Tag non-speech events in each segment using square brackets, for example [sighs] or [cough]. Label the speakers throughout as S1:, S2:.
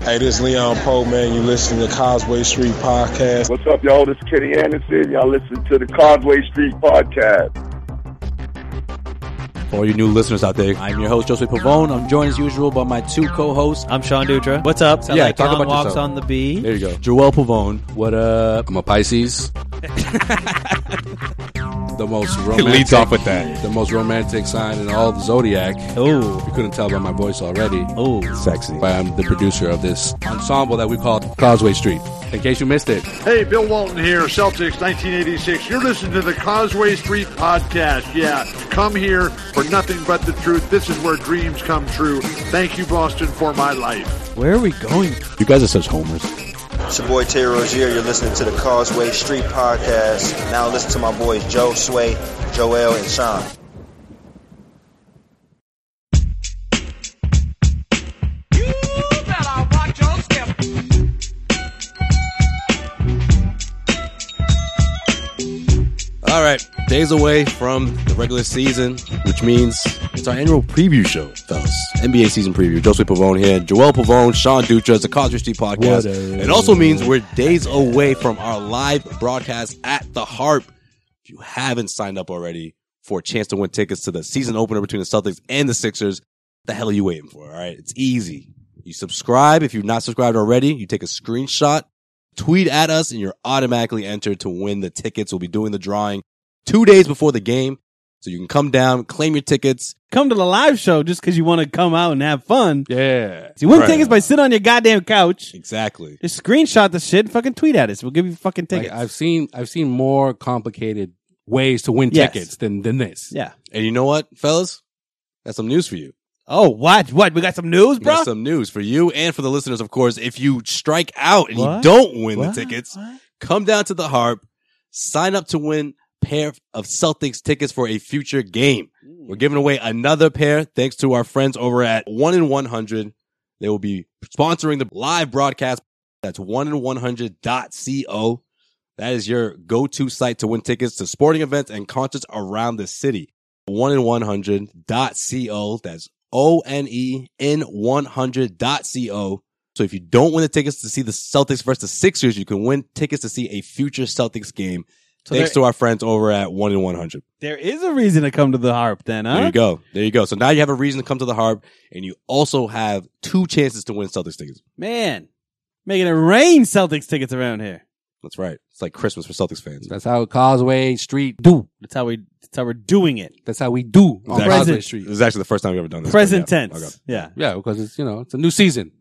S1: Hey, this is Leon Poe, man. You listening to Causeway Street Podcast.
S2: What's up, y'all? This is Kenny Anderson. Y'all listen to the Causeway Street Podcast.
S3: For all you new listeners out there, I'm your host, Joseph Pavone. I'm joined as usual by my two co hosts.
S4: I'm Sean Dutra. What's up?
S3: Yeah,
S4: like
S3: talk
S4: Don
S3: about
S4: walks
S3: yourself.
S4: on the bee.
S3: There you go. Joel Pavone. What up?
S5: I'm a Pisces. [laughs] the most romantic,
S6: leads off with that.
S5: the most romantic sign in all the zodiac.
S4: Oh,
S5: You couldn't tell by my voice already.
S4: oh,
S3: Sexy.
S5: But I'm the producer of this ensemble that we call Causeway Street. In case you missed it,
S7: Hey, Bill Walton here, Celtics 1986. You're listening to the Causeway Street Podcast. Yeah, come here for nothing but the truth. This is where dreams come true. Thank you, Boston, for my life.
S4: where are we going?
S5: you guys are such homers.
S8: It's your boy Terry Rozier. You're listening to the Causeway Street Podcast. Now listen to my boys Joe Sway, Joel, and Sean.
S5: All right, days away from the regular season, which means it's our annual preview show, fellas. NBA season preview. Joseph Pavone here, Joel Pavone, Sean Dutra, it's the Causeway Street
S3: What
S5: podcast.
S3: a-
S5: It also means we're days away from our live broadcast at the Harp. If you haven't signed up already for a chance to win tickets to the season opener between the Celtics and the Sixers, the hell are you waiting for? All right, it's easy. You subscribe. If you're not subscribed already, you take a screenshot, tweet at us, and you're automatically entered to win the tickets. We'll be doing the drawing two days before the game. So you can come down, claim your tickets.
S4: Come to the live show just because you want to come out and have fun.
S6: Yeah.
S4: You wouldn't
S5: Right.
S4: take us by sitting on your goddamn couch.
S5: Exactly.
S4: Just screenshot the shit and fucking tweet at us. We'll give you fucking tickets.
S5: Like, I've seen I've seen more complicated ways to win
S4: Yes.
S5: tickets than than this.
S4: yeah.
S5: And you know what, fellas? That's some news for you.
S4: Oh, what? What? We got some news,
S5: We
S4: bro?
S5: got some news for you and for the listeners, of course. If you strike out and
S4: What?
S5: you don't win
S4: What?
S5: the tickets,
S4: What?
S5: come down to the harp, sign up to win pair of Celtics tickets for a future game. We're giving away another pair thanks to our friends over at 1 in 100. They will be sponsoring the live broadcast. That's 1 in 100.co. That is your go-to site to win tickets to sporting events and concerts around the city. 1 in 100.co. That's O N E in 100.co. So if you don't win the tickets to see the Celtics versus the Sixers, you can win tickets to see a future Celtics game.
S4: So
S5: thanks
S4: there-
S5: to our friends over at One in One Hundred.
S4: There is a reason to come to the harp then, huh?
S5: There you go. There you go. So now you have a reason to come to the Harp, and you also have two chances to win Celtics tickets.
S4: Man, making it rain Celtics tickets around here.
S5: That's right. It's like Christmas for Celtics fans.
S6: That's how Causeway Street.
S4: Do. That's how we, that's how we're doing it.
S6: That's how we do
S5: Exactly.
S6: on Causeway
S4: Present.
S5: This
S6: Street.
S5: is actually the first time we've ever done this.
S4: Present
S5: but yeah.
S4: tense.
S5: Okay.
S4: Yeah.
S6: Yeah, because it's you know it's a new season,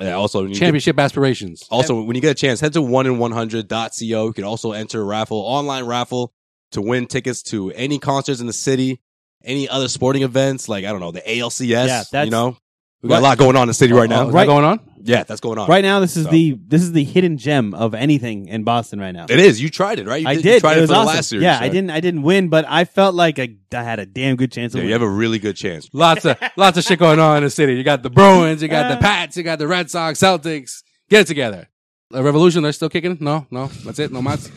S5: Yeah. Also, when you get-
S6: championship aspirations.
S5: Also, when you get a chance, head to one in 100.co. You can also enter a raffle, online raffle to win tickets to any concerts in the city, any other sporting events, like, I don't know, the ALCS.
S4: Yeah, that's- Uh,
S5: you know, we got a lot going on in the city right now.
S6: Oh, is that
S4: Right-
S6: going on?
S5: Yeah, that's going on.
S4: Right now, this is
S5: So-
S4: the this is the hidden gem of anything in Boston right now.
S5: It is. You tried it, right? You
S4: I
S5: You
S4: did.
S5: tried
S4: it was
S5: for
S4: awesome.
S5: the last series.
S4: yeah, I
S5: right?
S4: didn't. I didn't win, but I felt like I, I had a damn good chance. Of
S5: Yeah, you
S4: winning.
S5: have a really good chance.
S6: Lots of [laughs] lots of shit going on in the city. You got the Bruins, you got the Pats, you got the Red Sox, Celtics. Get it together. The Revolution, they're still kicking. No, no, that's it.
S5: [laughs]
S6: No mats.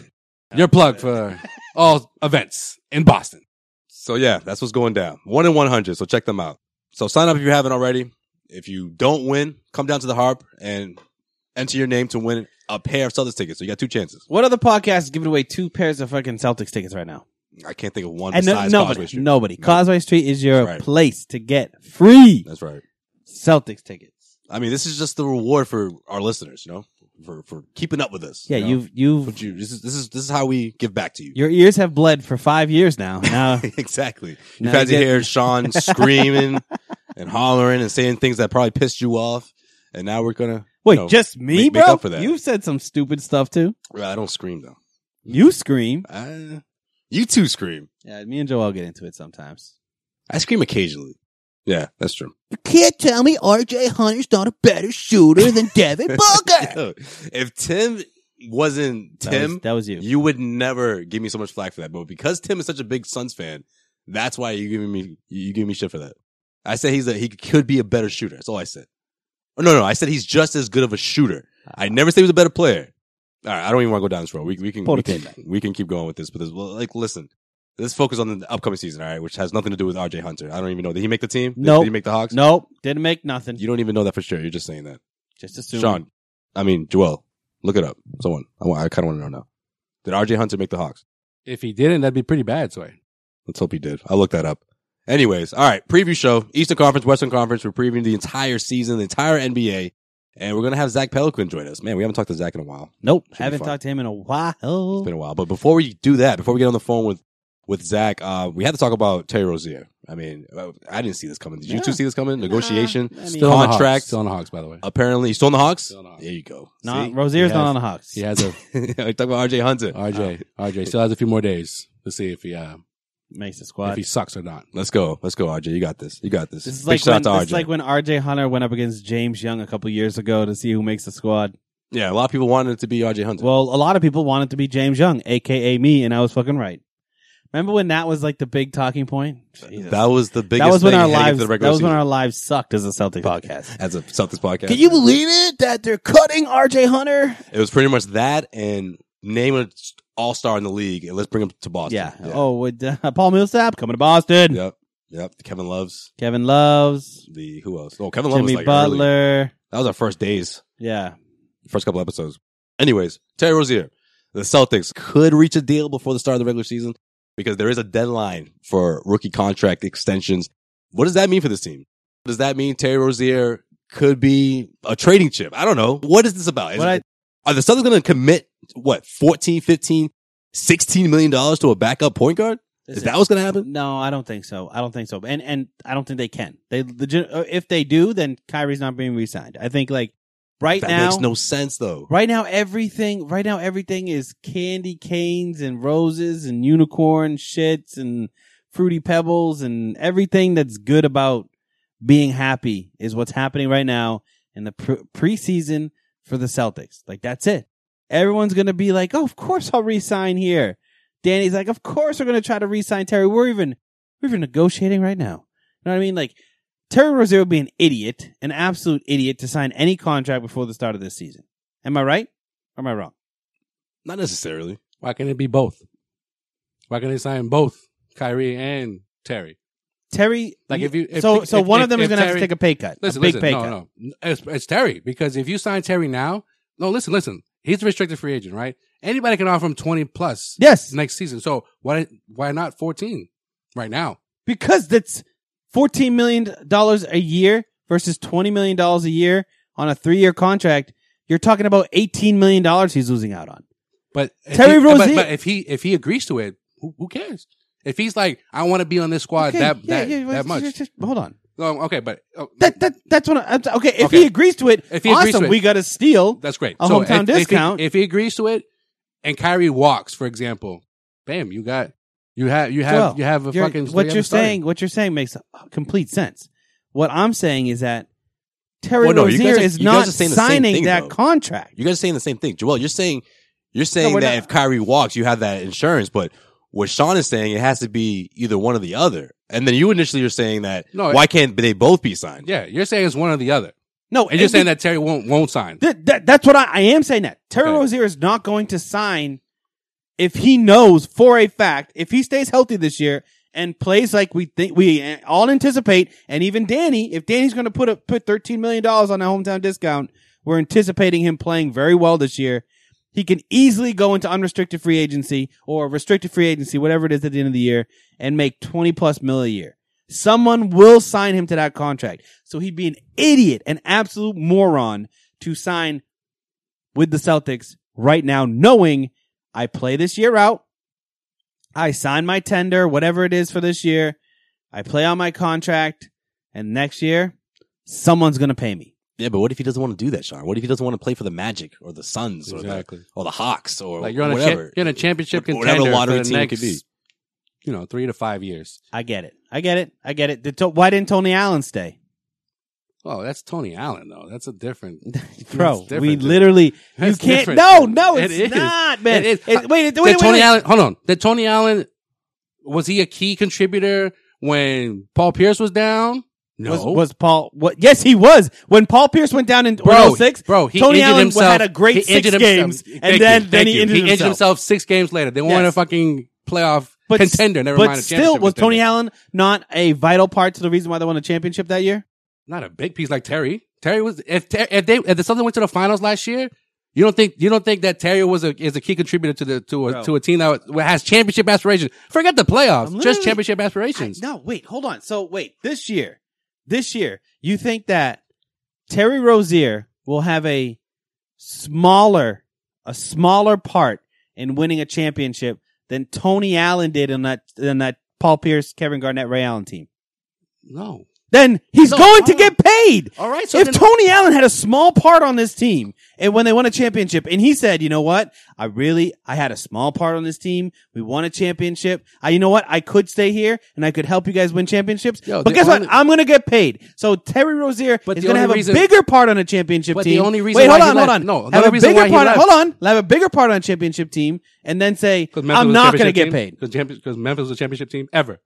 S6: Your plug for all events in Boston.
S5: So yeah, that's what's going down. One in one hundred. So check them out. So sign up if you haven't already. If you don't win, come down to the harp and enter your name to win a pair of Celtics tickets. So you got two chances.
S4: What other podcast is giving away two pairs of fucking Celtics tickets right now?
S5: I can't think of one
S4: And no-
S5: besides
S4: nobody,
S5: Causeway Street.
S4: nobody.
S5: No.
S4: Causeway Street is your
S5: That's right.
S4: place to get free
S5: That's right.
S4: Celtics tickets.
S5: I mean, this is just the reward for our listeners, you know, for for keeping up with us.
S4: Yeah,
S5: you know?
S4: you've you've
S5: But you- this is this is this is how we give back to you.
S4: your ears have bled for five
S5: [laughs]
S4: years now. Now
S5: exactly.
S4: Now
S5: You've had
S4: you
S5: to
S4: get-
S5: hear
S4: [laughs]
S5: Sean screaming and hollering and saying things that probably pissed you off, and now we're gonna
S4: wait,
S5: you know,
S4: just me,
S5: make-
S4: bro.
S5: make up for that.
S4: You've said some stupid stuff too.
S5: Well, I don't scream though.
S4: You scream.
S5: I, you two scream.
S4: Yeah, me and Joel get into it sometimes.
S5: I scream occasionally. Yeah, that's true.
S4: You can't tell me R.J. Hunter's not a better shooter
S5: [laughs]
S4: than Devin Booker.
S5: Yo, if Tim wasn't
S4: That
S5: Tim,
S4: was- that was you.
S5: you would never give me so much flack for that. But because Tim is such a big Suns fan, that's why you giving me you giving me shit for that. I said he's a he could be a better
S4: Ah.
S5: shooter. That's all I said. Oh, no, no, I said he's just as good of a shooter. I never said he was a better player. All right, I don't even want to go down this road. We, we can
S4: Pull
S5: we
S4: the pin
S5: can, we can keep going with this, but this, well, like, listen, let's focus on the upcoming season, all right, which has nothing to do with RJ Hunter. I don't even know. Did he make the team? Did-
S4: Nope.
S5: Did he make the Hawks?
S4: Nope, didn't make nothing.
S5: You don't even know that for sure. You're just saying that.
S4: Just assume.
S5: Sean, I mean, Joel, look it up. Someone, I, want, I kind of want to know now. Did RJ Hunter make the Hawks?
S6: If he didn't, that'd be pretty bad, Sway.
S5: Let's hope he did. I'll look that up. Anyways, all right, preview show, Eastern Conference, Western Conference. We're previewing the entire season, the entire NBA, and we're gonna have Zach Pelican join us. Man, we haven't talked to Zach in a while.
S4: Nope,
S5: be
S4: haven't
S5: fun.
S4: talked to him in a while.
S5: It's been a while. But before we do that, before we get on the phone with with Zach, uh, we had to talk about Terry Rozier. I mean, uh, I didn't see this coming. Did you
S4: Yeah.
S5: two see this coming? Negotiation.
S4: Nah, I mean-
S6: Still on the Hawks.
S5: Contract.
S6: Still on the Hawks, by the way.
S5: Apparently, he's still on the Hawks.
S6: Still on the Hawks.
S5: There you go.
S4: Not
S5: See?
S4: Rozier's
S6: Yes.
S4: not on the Hawks.
S6: He has a
S5: [laughs] we talked about RJ Hunter.
S6: [laughs] RJ. RJ still has a few more days to see if he uh,
S4: makes the
S6: if
S4: squad.
S6: he sucks or not.
S5: Let's go. Let's go, RJ. You got this. You got this.
S4: This is
S5: Big
S4: like
S5: shout
S4: when,
S5: out to RJ.
S4: this is like when RJ Hunter went up against James Young a couple years ago to see who makes the squad.
S5: yeah, a lot of people wanted it to be RJ Hunter.
S4: Well, a lot of people wanted to be James Young, aka me, and I was fucking right. Remember when that was like the big talking point? Jesus.
S5: that was the biggest.
S4: That was when
S5: thing
S4: our
S5: heading
S4: lives
S5: into
S4: that
S5: the regular
S4: was when
S5: season
S4: our lives sucked as a
S5: [laughs]
S4: Celtic podcast.
S5: as a Celtics podcast.
S9: Can you believe it that they're cutting RJ Hunter?
S5: It was pretty much that and name an all star in the league and let's bring him to Boston.
S4: Yeah. Oh, with, uh, Paul Millsap coming to Boston.
S5: Yep. Yep. Kevin Loves
S4: Kevin Loves,
S5: the who else? Oh, Kevin [laughs] Love was
S4: Jimmy
S5: like early.
S4: Butler.
S5: That was our first days,
S4: Yeah.
S5: first couple episodes. Anyways, Terry Rozier, the Celtics could reach a deal before the start of the regular season because there is a deadline for rookie contract extensions. What does that mean for this team? Does that mean Terry Rozier could be a trading chip? I don't know. What is this about? Is-
S4: What I-
S5: are the Celtics going to commit what 14, 15, 16 million dollars to a backup point guard? Is that what's going to happen?
S4: No, I don't think so. I don't think so. And and I don't think they can. They legit, uh, if they do, then Kyrie's not being re-signed. I think like right
S5: that
S4: now
S5: makes no sense though.
S4: Right now, everything. Right now, everything is candy canes and roses and unicorn shits and fruity pebbles and everything that's good about being happy is what's happening right now in the pre- preseason for the Celtics. Like that's it. Everyone's gonna be like, "Oh, of course I'll resign here." Danny's like, "Of course we're gonna try to resign Terry. We're even we're even negotiating right now." You know what I mean? Like Terry Rozier would be an idiot, an absolute idiot, to sign any contract before the start of this season. Am I right? Or am I wrong?
S5: Not necessarily.
S6: Why can't it be both? Why can't they sign both Kyrie and Terry?
S4: Terry,
S6: Like, if you- if-
S4: so so
S6: if-
S4: one
S6: if-
S4: of them is
S6: if
S4: going to have to
S6: Terry-
S4: take a pay cut,
S6: Listen,
S4: a big
S6: listen,
S4: pay
S6: no,
S4: cut.
S6: no, it's, it's Terry because if you sign Terry now, no, listen, listen, he's a restricted free agent, right? Anybody can offer him twenty plus
S4: Yes,
S6: next season. So why why not fourteen right now?
S4: because that's fourteen million dollars a year versus twenty million dollars a year on a three-year contract. You're talking about eighteen million dollars he's losing out on.
S6: But if
S4: Terry
S6: he, but-
S4: Rozier-
S6: but if he if he agrees to it, who, who cares? If he's like, I want to be on this squad
S4: Okay,
S6: that
S4: yeah,
S6: that,
S4: yeah,
S6: that
S4: just-
S6: much.
S4: just- just- hold on.
S6: No, okay, but oh,
S4: That that that's what. I, okay, if
S6: Okay.
S4: he agrees to it,
S6: If he agrees
S4: awesome.
S6: to it-
S4: we got a steal.
S6: That's great.
S4: A hometown
S6: if, if he-
S4: discount.
S6: If he, agrees to it, and Kyrie walks, for example, bam, you got you have you have
S4: Well,
S6: you have a
S4: You're-
S6: fucking.
S4: what
S6: you
S4: you're
S6: have a starter.
S4: saying, what you're saying makes complete sense. What I'm saying is that Terry
S5: Well, no, you
S4: Rozier
S5: guys are-
S4: is
S5: you guys
S4: not
S5: are saying the same
S4: signing
S5: thing,
S4: that
S5: though.
S4: contract.
S5: You guys are saying the same thing, Joel. You're saying you're saying
S4: we're
S5: that
S4: not.
S5: if Kyrie walks, you have that insurance, but what Sean is saying, it has to be either one or the other. And then you initially are saying that
S6: No,
S5: why can't they both be signed?
S6: Yeah, you're saying it's one or the other,
S4: No,
S6: and you're saying that Terry won't won't sign.
S4: that, that- that's what I, I am saying. That Terry
S6: Okay.
S4: Rozier is not going to sign if he knows for a fact if he stays healthy this year and plays like we think we all anticipate, and even Danny, if Danny's going to put a, put thirteen million dollars on a hometown discount, we're anticipating him playing very well this year. He can easily go into unrestricted free agency or restricted free agency, whatever it is at the end of the year, and make 20 plus mil a year. Someone will sign him to that contract. So he'd be an idiot, an absolute moron to sign with the Celtics right now, knowing I play this year out. I sign my tender, whatever it is for this year. I play on my contract and next year someone's going to pay me.
S5: Yeah, but what if he doesn't want to do that, Sean? What if he doesn't want to play for the Magic or the Suns or, the,
S6: Exactly.
S5: or the Hawks or
S6: Like you're on a cha-
S5: whatever?
S6: you're on a championship
S5: Whatever
S6: contender
S5: lottery
S6: for the
S5: team it
S6: next,
S5: could be.
S6: you know, three to five years.
S4: I get it. I get it. I get it. Did To- Why didn't Tony Allen stay?
S6: Oh, that's Tony Allen though. That's a
S4: [laughs]
S6: different
S4: Bro,
S6: That's
S4: we
S6: different.
S4: literally,
S6: That's
S4: you can't.
S6: different.
S4: No, no,
S6: It
S4: it's
S6: is.
S4: not, man.
S6: It is. Uh,
S4: It- wait, wait,
S6: Did
S4: wait,
S6: Tony
S4: wait.
S6: Allen, hold on. Did Tony Allen was he a key contributor when Paul Pierce was down? No.
S4: Was, was Paul? What? Yes, he was. When Paul Pierce went down in 106,
S6: bro, he
S4: Tony
S6: injured
S4: Allen
S6: himself.
S4: had a great
S6: He
S4: six
S6: injured
S4: games,
S6: himself.
S4: and
S6: Thank
S4: then
S6: you,
S4: then
S6: thank
S4: he
S6: you.
S4: injured, himself.
S6: six games later. They
S4: Yes.
S6: weren't a fucking playoff
S4: s-
S6: contender. Never
S4: but
S6: mind. A
S4: still,
S6: championship
S4: was Tony
S6: contender.
S4: Allen not a vital part to the reason why they won a championship that year?
S6: not a big piece like Terry. Terry was if Ter- if they if the Celtics went to the finals last year, you don't think you don't think that Terry was a is a key contributor to the to a to a team that has championship aspirations. Forget the
S4: I'm
S6: playoffs,
S4: literally-
S6: just championship
S4: I-
S6: aspirations.
S4: no, wait, hold on. So wait, this year, this year, you think that Terry Rozier will have a smaller, a smaller part in winning a championship than Tony Allen did in that in that Paul Pierce, Kevin Garnett, Ray Allen team?
S6: No.
S4: Then he's
S6: No,
S4: going to
S6: hold
S4: get paid.
S6: All right. So
S4: if
S6: then-
S4: Tony Allen had a small part on this team and when they won a championship and he said, you know what? I really, I had a small part on this team. We won a championship. I, you know what? I could stay here and I could help you guys win championships.
S6: Yo,
S4: but
S6: the
S4: guess
S6: only-
S4: what? I'm going to get paid. So Terry Rozier
S6: But
S4: is
S6: the
S4: going to
S6: only
S4: have
S6: reason-
S4: a bigger part on a championship
S6: But the
S4: team.
S6: only reason
S4: Wait,
S6: why
S4: hold
S6: he
S4: on, hold
S6: left-
S4: on.
S6: no, the
S4: have
S6: only
S4: a
S6: reason
S4: bigger
S6: why he
S4: part.
S6: left-
S4: Hold on. Have a bigger part on a championship team and then say, I'm not going to get paid.
S6: because Memphis was a championship team ever.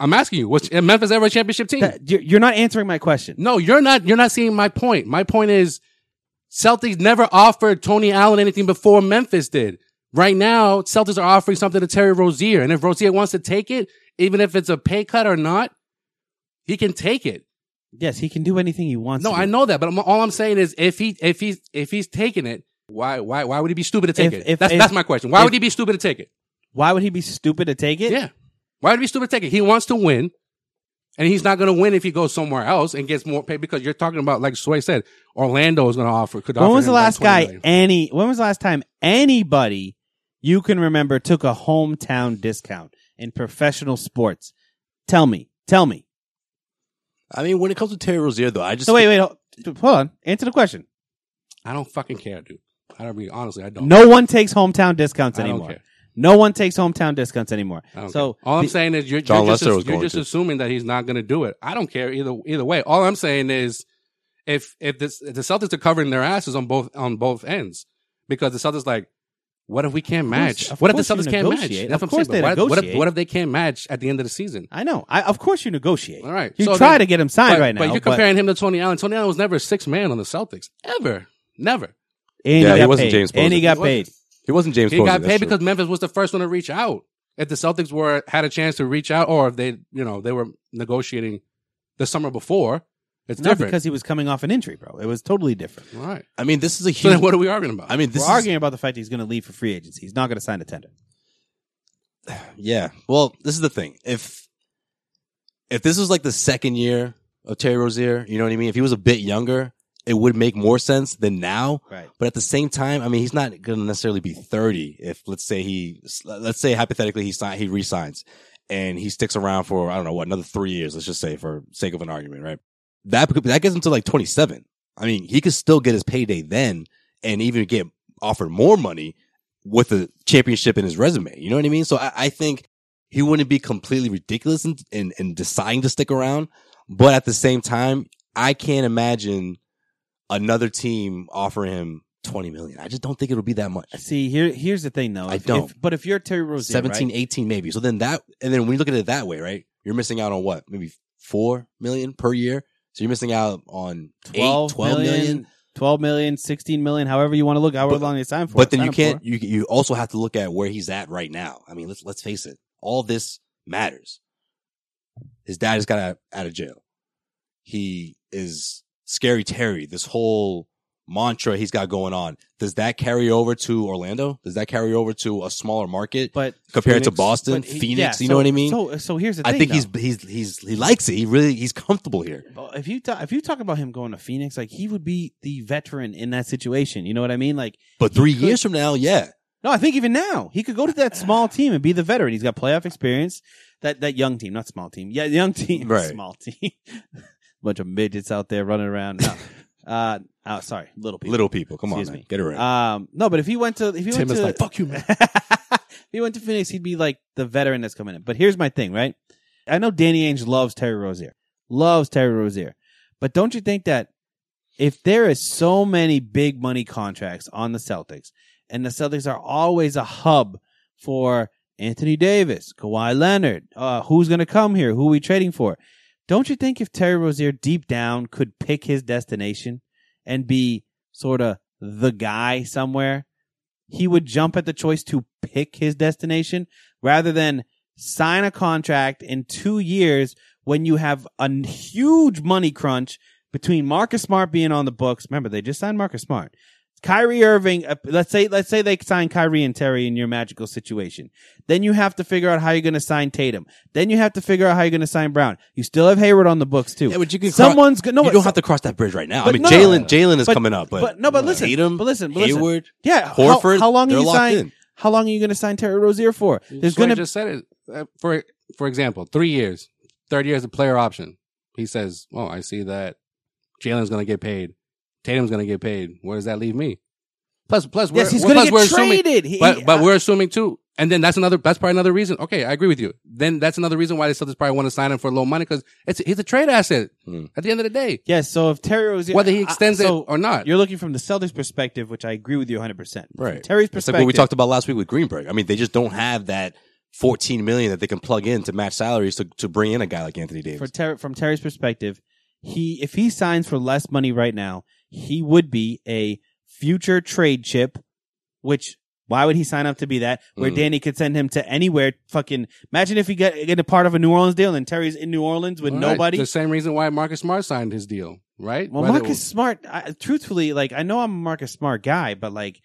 S6: I'm asking you, was Memphis ever a championship team?
S4: That- you're you're not answering my question.
S6: No, you're not. You're not seeing my point. My point is, Celtics never offered Tony Allen anything before Memphis did. Right now, Celtics are offering something to Terry Rozier, and if Rozier wants to take it, even if it's a pay cut or not, he can take it.
S4: Yes, he can do anything he wants.
S6: No,
S4: to do.
S6: I know that, but I'm, all I'm saying is, if he if he's if he's taking it, why why why would he be stupid to
S4: If-
S6: take it?
S4: if-
S6: that's
S4: if-
S6: that's my question. Why
S4: if-
S6: would he be stupid to take it?
S4: Why would he be stupid to take [laughs] it?
S6: Yeah. Why would he be stupid to take it? He wants to win, and he's not going to win if he goes somewhere else and gets more pay because you're talking about, like Sway said, Orlando is going to offer. Could
S4: When
S6: offer
S4: was the
S6: him, like,
S4: last
S6: 20
S4: guy
S6: million.
S4: any when was the last time anybody you can remember took a hometown discount in professional sports? Tell me. Tell me.
S5: I mean, when it comes to Terry Rozier, though, I just
S4: So wait, wait, hold hold on. Answer the question.
S6: I don't fucking care, dude. I don't really, honestly, I don't.
S4: No one takes hometown discounts
S6: I don't
S4: anymore.
S6: care.
S4: No one takes hometown discounts anymore.
S6: I don't
S4: So
S6: care. all I'm
S4: the-
S6: saying is you're,
S5: John
S6: you're just,
S5: Lester was
S6: you're
S5: going
S6: just
S5: to.
S6: assuming that he's not going to do it. I don't care either either way. All I'm saying is if if, this, if the Celtics are covering their asses on both on both ends because the Celtics like what if we can't match?
S4: of
S6: what if the
S4: course
S6: Celtics
S4: you
S6: can't match?
S4: negotiate.
S6: That's
S4: Of
S6: what I'm
S4: course
S6: saying.
S4: they
S6: but what, if- what if
S4: negotiate.
S6: what if they can't match at the end of the season?
S4: I know. I, of course you negotiate.
S6: All right.
S4: You
S6: So
S4: try
S6: then-
S4: to get him signed
S6: but,
S4: right now.
S6: But you're comparing him to Tony Allen. Tony Allen was never a six man on the Celtics ever, never.
S4: and
S5: Yeah,
S4: he,
S5: he
S4: got
S5: wasn't
S4: paid.
S5: James
S4: And he
S5: Posey.
S4: got
S6: He wasn't.
S4: paid.
S5: he wasn't James.
S6: He
S5: Posey,
S6: got
S5: that's
S6: paid
S5: true.
S6: because Memphis was the first one to reach out. If the Celtics were had a chance to reach out, or if they, you know, they were negotiating the summer before, it's
S4: Not
S6: different.
S4: because he was coming off an injury, bro. It was totally different.
S6: All right.
S5: I mean, this is a
S6: So
S5: huge.
S6: then, what are we arguing about?
S5: I mean, this
S4: We're
S5: is
S4: arguing about the fact that he's going to leave for free agency. He's not going to sign a tender.
S5: yeah. Well, this is the thing. If if this was like the second year of Terry Rozier, you know what I mean. If he was a bit younger, it would make more sense than now.
S4: Right.
S5: But at the same time, I mean, he's not going to necessarily be 30 if let's say he let's say hypothetically he sign he resigns and he sticks around for I don't know what another 3 years, let's just say for sake of an argument, right? That could- that gets him to like 27. I mean, he could still get his payday then and even get offered more money with a championship in his resume. You know what I mean? So I, I think he wouldn't be completely ridiculous in, in, in deciding to stick around. But at the same time, I can't imagine another team offering him 20 million. I just don't think it'll be that much.
S4: See, here, here's the thing, though.
S5: I
S4: If-
S5: don't.
S4: if- but if you're Terry Rozier,
S5: 17,
S4: right?
S5: 18 maybe. So then that, and then when you look at it that way, right? You're missing out on what? Maybe 4 million per year. So you're missing out on 12
S4: 12
S5: 8, 12 million.
S4: million, 12 million, 16 million, however you want to look, however
S5: But-
S4: long they sign for.
S5: But then
S4: sign
S5: you
S4: him
S5: can't.
S4: for.
S5: You you also have to look at where he's at right now. I mean, let's let's face it. All this matters. His dad just got out, out of jail. He is scary Terry. This whole mantra he's got going on. Does that carry over to Orlando? Does that carry over to a smaller market
S4: But
S5: compared to
S6: Phoenix.
S5: Boston,
S4: but he-
S5: Phoenix?
S4: yeah,
S5: you know
S4: so-
S5: what I mean?
S4: So, so here's the
S5: I
S4: thing.
S5: think he's
S4: though.
S5: he's he's he likes it. He really he's comfortable here.
S4: Well, if you talk, if you talk about him going to Phoenix, like he would be the veteran in that situation. You know what I mean? Like,
S5: But three
S4: could-
S5: years from now, yeah,
S4: no, I think even now he could go to that
S6: [sighs]
S4: small team and be the veteran. He's got playoff experience. That that young team, not small team. Yeah, young team,
S5: Right.
S4: [laughs] small team. Bunch of midgets out there running around.
S6: [laughs]
S4: No. uh, oh, sorry, little people.
S5: little people. Come on,
S4: Excuse
S5: man.
S4: me.
S5: get it right.
S4: Um, no, but if he went to if he
S6: Tim
S4: went
S6: is
S4: to
S6: like, "Fuck you, man."
S4: [laughs] if he went to Phoenix, he'd be like the veteran that's coming in. But here's my thing, right? I know Danny Ainge loves Terry Rozier, loves Terry Rozier, but don't you think that if there is so many big money contracts on the Celtics, and the Celtics are always a hub for Anthony Davis, Kawhi Leonard, uh, who's going to come here, who are we trading for? Don't you think if Terry Rozier deep down could pick his destination and be sort of the guy somewhere, he would jump at the choice to pick his destination rather than sign a contract in two years when you have a n- huge money crunch between Marcus Smart being on the books. Remember, they just signed Marcus Smart. Kyrie Irving, uh, let's say, let's say they sign Kyrie and Terry in your magical situation. Then you have to figure out how you're going to sign Tatum. Then you have to figure out how you're going to sign Brown. You still have Hayward on the books too.
S5: Yeah, but you
S6: [laughs]
S5: can cro-
S4: Someone's going no,
S5: you
S4: but
S5: don't
S4: so-
S5: have to cross that bridge right now. I
S4: but
S5: mean,
S4: no.
S5: Jalen Jalen is
S4: But-
S5: coming up, but,
S4: but no, but listen,
S5: Tatum,
S4: but listen, but listen.
S5: Hayward,
S4: Yeah, how-
S5: Horford,
S4: How, long are
S5: they're
S4: you
S5: locked
S4: sign?
S5: in.
S4: How long are you going to sign Terry Rozier for? There's
S6: That's what
S4: going
S6: I
S4: to
S6: just said it. Uh, For for example, three years, third year is a player option. He says, "Oh, I see that Jalen's going to get paid, Tatum's going to get paid. Where does that leave me?" Plus, plus, we're,
S4: yes, he's
S6: well,
S4: going to
S6: plus
S4: get
S6: we're assuming,
S4: traded. He- uh,
S6: but but
S4: I-
S6: we're assuming too, and then that's another that's probably another reason. Okay, I agree with you. Then that's another reason why the Celtics probably want to sign him for low money because it's he's a trade asset
S5: Hmm.
S6: at the end of the day,
S4: yes. So if Terry Rozier,
S6: whether he extends
S4: I, uh, so
S6: it or not.
S4: you're looking from the Celtics' perspective, which I agree with you 100. percent
S5: Right.
S4: Terry's
S5: It's
S4: perspective.
S5: like what we talked about last week with Greenberg. I mean, they just don't have that 14 million that they can plug in to match salaries to, to bring in a guy like Anthony Davis.
S4: for Ter- from Terry's perspective, he if he signs for less money right now, he would be a future trade chip, which why would he sign up to be that? Where
S5: Mm.
S4: Danny could send him to anywhere. Fucking imagine if he got get a part of a New Orleans deal and Terry's in New Orleans with
S6: All right,
S4: nobody.
S6: The same reason why Marcus Smart signed his deal, right?
S4: well,
S6: Whether-
S4: Marcus Smart, I, truthfully, like I know I'm a Marcus Smart guy, but like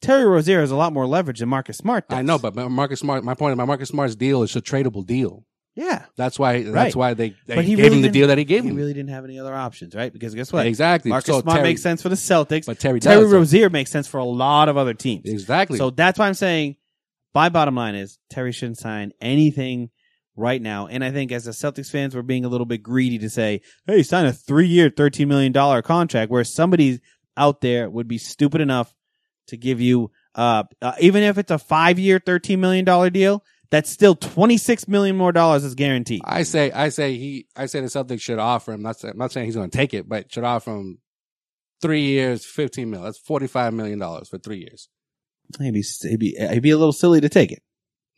S4: Terry Rozier has a lot more leverage than Marcus Smart. Does.
S6: I know, but my- Marcus Smart. My point is, my Marcus Smart's deal is a tradable deal.
S4: yeah,
S6: That's why.
S4: Right.
S6: That's why they, they
S4: But he
S6: gave
S4: really
S6: him the
S4: didn't-
S6: deal that he gave
S4: he
S6: him.
S4: really didn't have any other options, right? Because guess what?
S6: exactly.
S4: Marcus
S6: So
S4: Smart
S6: Terry-
S4: makes sense for the Celtics.
S6: but Terry
S4: Terry
S6: does.
S4: Rozier makes sense for a lot of other teams.
S6: Exactly.
S4: So that's why I'm saying my bottom line is Terry shouldn't sign anything right now. And I think as the Celtics fans, we're being a little bit greedy to say, hey, sign a three year, $13 million contract where somebody out there would be stupid enough to give you, uh, uh even if it's a five year, $13 million deal, that's still 26 million more dollars is guaranteed.
S6: I say, I say he, I say the Celtics should offer him. Not, say- I'm not saying he's going to take it, but should offer him three years, fifteen mil. That's forty five million dollars for three years.
S4: He'd be, he'd be, he'd be a little silly to take it.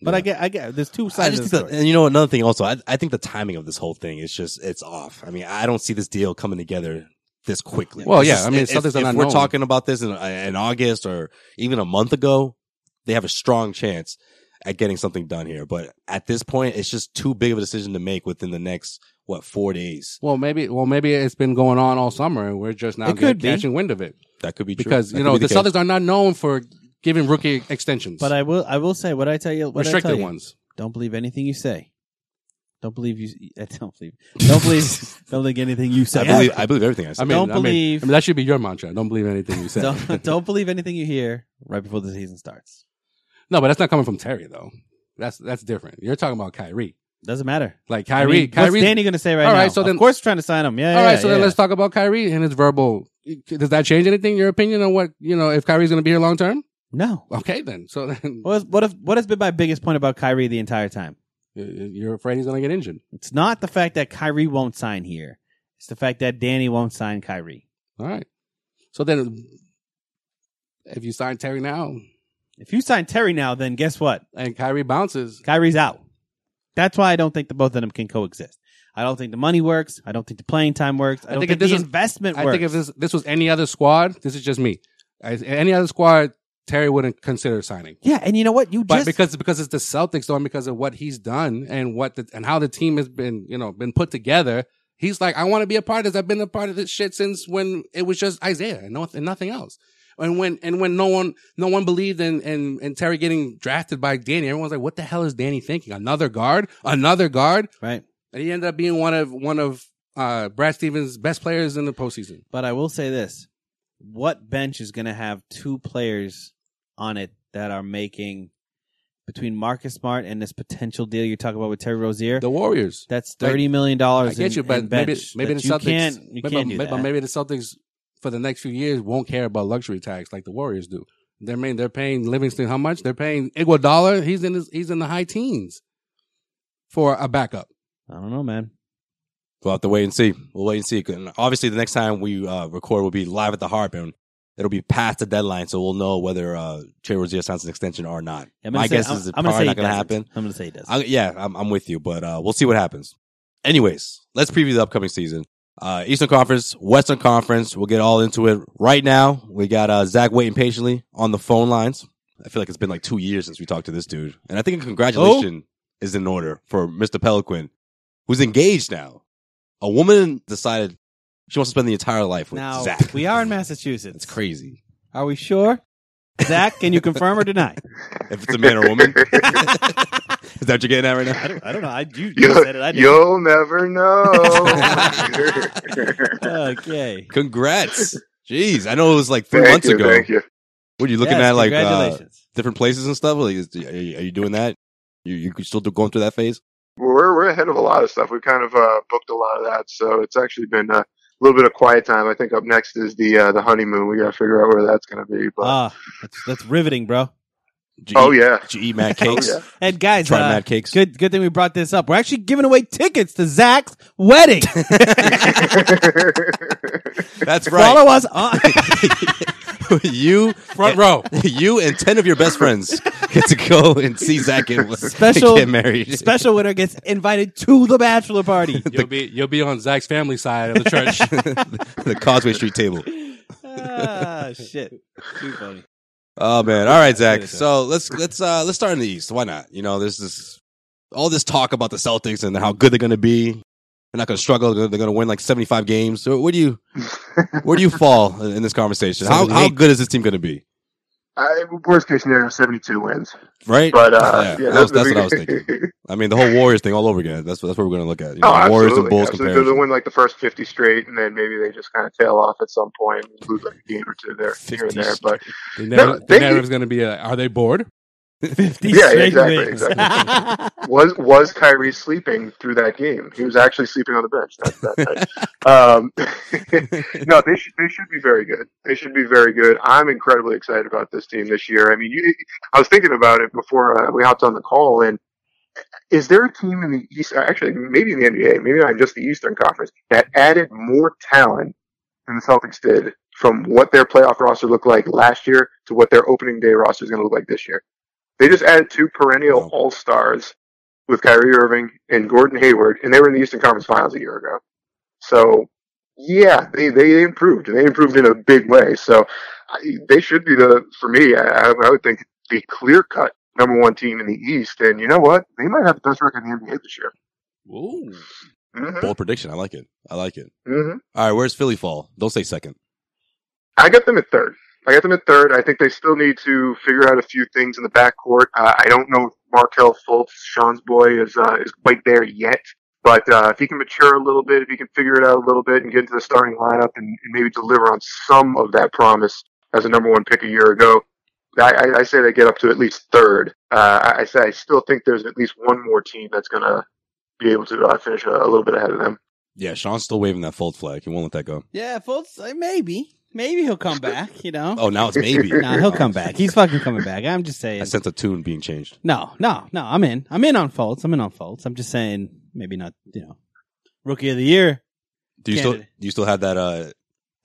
S4: But
S5: Yeah.
S4: I get, I get, there's two
S5: I
S4: sides
S5: just
S4: to
S5: think
S4: the story.
S5: that, and you know another thing also, I, I think the timing of this whole thing is just it's off. I mean, I don't see this deal coming together this quickly.
S6: Well,
S5: This
S6: yeah,
S5: is-
S6: I mean,
S5: if,
S6: Celtics are
S5: if
S6: not
S5: we're
S6: known.
S5: talking about this in, in August or even a month ago, they have a strong chance at getting something done here. But at this point, it's just too big of a decision to make within the next what four days.
S6: Well, maybe, well, maybe it's been going on all summer, and we're just now
S4: It could be.
S6: catching wind of it
S5: That could be true.
S6: because
S5: That
S6: you
S5: could
S6: know
S5: be
S6: the,
S5: case.
S6: Celtics are not known for giving rookie extensions,
S4: But I will, I will say what I tell you. What I tell
S6: restricted
S4: you.
S6: ones.
S4: Don't believe anything you say. Don't believe you. [laughs] I don't believe. Don't
S6: [laughs]
S4: believe. Don't think anything you say.
S5: I believe, I believe everything I said.
S6: I mean,
S4: Don't
S6: I mean-
S4: believe-
S6: I mean, that should be your mantra. Don't believe
S4: [laughs]
S6: anything you say. [laughs]
S4: don't, don't believe anything you hear right before the season starts.
S6: No, but that's not coming from Terry though. That's that's different. You're talking about Kyrie.
S4: Doesn't matter.
S6: Like
S4: I
S6: Kyrie,
S4: mean, what's
S6: Kyrie.
S4: Danny going to say right
S6: All
S4: now?
S6: right, so then-
S4: of course, trying to sign him. Yeah.
S6: all right, so then let's talk about Kyrie and his verbal. Does that change anything? Your opinion on what you know if Kyrie's going to be here long term?
S4: No.
S6: Okay, then. So then [laughs]
S4: What, is- what if? What has been my biggest point about Kyrie the entire time?
S6: you're afraid he's going to get injured.
S4: It's not the fact that Kyrie won't sign here. It's the fact that Danny won't sign Kyrie.
S6: All right. So then, if you sign Terry now
S4: If you sign Terry now, then guess what?
S6: and Kyrie bounces,
S4: Kyrie's out. That's why I don't think the both of them can coexist. I don't think the money works. I don't think the playing time works. I,
S6: I
S4: don't
S6: think
S4: think,
S6: if this
S4: the
S6: is-
S4: investment
S6: I
S4: works.
S6: think if this this was any other squad, this is just me. As- Any other squad, Terry wouldn't consider signing.
S4: yeah, and you know what? You
S6: But
S4: just
S6: because because it's the Celtics, though, and because of what he's done and what the, and how the team has been, you know, been put together, he's like, I want to be a part of this. I've been a part of this shit since when it was just Isaiah and, noth- and nothing else. And when and when no one no one believed in and and Terry getting drafted by Danny, everyone's like, what the hell is Danny thinking? Another guard, another guard,
S4: right.
S6: and he ended up being one of one of uh, Brad Stevens' best players in the postseason.
S4: But I will say this: what bench is going to have two players on it that are making between Marcus Smart and this potential deal you're talking about with Terry Rozier?
S6: The Warriors.
S4: that's thirty million dollars.
S6: I get
S4: in-
S6: you, but
S4: in
S6: maybe
S4: bench
S6: maybe
S4: that
S6: the
S4: you
S6: Celtics
S4: can't. You
S6: maybe,
S4: can't do
S6: maybe,
S4: that.
S6: maybe the Celtics for the next few years won't care about luxury tax like the Warriors do. They're paying, they're paying Livingston how much? They're paying Iguodala. He's in his, he's in the high teens for a backup.
S4: I don't know, man.
S5: We'll have to wait and see. We'll wait and see. And obviously, the next time we uh, record will be live at the Harp, and it'll be past the deadline, so we'll know whether uh, Trey Rozier signs an extension or not.
S4: I'm gonna
S5: My
S4: say-
S5: guess
S4: I'm-
S5: is it's
S4: I'm
S5: probably
S4: say
S5: not
S4: he
S5: going to
S4: doesn't.
S5: happen.
S4: I'm going to say he does.
S5: I, yeah, I'm, I'm with you, but uh, we'll see what happens. Anyways, let's preview the upcoming season. Uh, Eastern Conference, Western Conference. We'll get all into it right now. We got uh, Zach waiting patiently on the phone lines. I feel like it's been like two years since we talked to this dude, and I think a congratulation is in order for Mr. Peliquin, who's engaged now. A woman decided she wants to spend the entire life with
S4: Now
S5: Zach.
S4: we are in
S5: [laughs]
S4: Massachusetts.
S5: It's crazy.
S4: Are we sure? Zach, can you confirm or deny?
S5: If it's a man or a
S4: [laughs]
S5: woman, [laughs] is that what you're getting at right now?
S10: [laughs] I don't, I don't know. I, you, you
S11: You'll,
S10: said it. I didn't.
S11: you'll never
S5: [laughs]
S11: know.
S10: Okay.
S5: Congrats. Jeez, I know it was like three
S11: Thank
S5: months
S11: you,
S5: ago.
S11: Thank you.
S5: Were you looking
S10: Yes,
S5: at like uh,
S10: congratulations.
S5: different places and stuff? Like, is, are, you, are you doing that? You you still do- going through that phase?
S11: We're we're ahead of a lot of stuff. We've kind of uh, booked a lot of that, so it's actually been uh, a little bit of quiet time. I think up next is the uh, the honeymoon. We got to figure out where that's going to be. But
S5: Uh,
S10: Ah, that's, that's riveting, bro.
S5: Did you
S11: oh
S5: eat- [laughs]
S11: yeah, [laughs]
S5: did you eat mad cakes?
S11: Oh,
S10: And guys,
S5: Try
S10: uh,
S5: mad cakes.
S10: good good thing we brought this up. We're actually giving away tickets to Zach's [laughs] wedding.
S5: [laughs] That's right.
S10: Follow us [laughs] on.
S5: [laughs] you
S6: Front row.
S5: [laughs] you and ten of your best friends get to go and see Zach and
S10: Special-
S5: get married.
S10: Special winner gets invited to the bachelor [laughs] party.
S6: You'll be you'll be on Zach's family side [laughs] of the church.
S5: [laughs] the Causeway Street table.
S10: ah, shit. Too funny.
S5: Oh man! All right, Zach. So let's let's uh let's start in the East. Why not? You know, there's this all this talk about the Celtics and how good they're going to be. They're not going to struggle. They're going to win like 75 games. So where do you where
S6: [laughs]
S5: do you fall in in this conversation? How how
S6: 78.
S5: good is this team going to be?
S11: I, worst case scenario, seventy two wins.
S5: Right?
S11: But uh,
S5: Yeah,
S11: yeah,
S5: that was-
S11: those
S5: that's
S11: would be-
S5: what I was
S11: [laughs]
S5: thinking. I mean, the whole Warriors thing all over again. That's that's what we're going to look at. You know,
S11: Oh, absolutely.
S5: Warriors and Bulls
S11: absolutely. They'll
S5: comparison.
S11: win like the first 50 straight, and then maybe they just kind of tail off at some point and lose like a game or two there, here and there. But
S6: The, narrative,
S11: No,
S6: the
S11: they-
S6: narrative's going to be: uh, Are they bored?
S11: yeah, yeah, exactly. exactly.
S10: [laughs]
S11: was was Kyrie sleeping through that game? He was actually sleeping on the bench. That's that night. um, [laughs] no, they should they should be very good. They should be very good. I'm incredibly excited about this team this year. I mean, you, I was thinking about it before uh, we hopped on the call, and is there a team in the East, or actually maybe in the NBA, maybe not just the Eastern Conference, that added more talent than the Celtics did from what their playoff roster looked like last year to what their opening day roster is going to look like this year? They just added two perennial
S5: Wow.
S11: All Stars with Kyrie Irving and Gordon Hayward, and they were in the Eastern Conference Finals a year ago. So, yeah, they they improved. They improved in a big way. So, I, they should be the for me. I, I would think the clear cut number one team in the East. And you know what? They might have the best record in the NBA this year.
S5: Ooh.
S11: Mm-hmm.
S5: Bold prediction. I like it. I like it.
S11: hmm
S5: All right, where's Philly fall? Don't say second.
S11: I got them at third. I got them at third. I think they still need to figure out a few things in the backcourt. Uh, I don't know if Markel Fultz, Sean's boy, is uh, is quite there yet. But uh, if he can mature a little bit, if he can figure it out a little bit and get into the starting lineup and, and maybe deliver on some of that promise as a number one pick a year ago, I, I, I say they get up to at least third. Uh, I, I say I still think there's at least one more team that's going to be able to uh, finish a, a little bit ahead of them.
S5: Yeah, Sean's still waving that fold flag. He won't let that go.
S4: yeah, folks. uh, Maybe, maybe he'll come back. You know,
S5: Oh, now it's
S11: [laughs]
S5: maybe.
S4: nah, he'll come back. He's fucking coming back. I'm just saying.
S5: I sense a tune being changed.
S4: No, no, no. I'm in. I'm in on faults. I'm in on faults. I'm just saying, maybe not. You know, rookie of the year.
S5: Do you still
S4: candidate.
S5: do you still have that? Uh,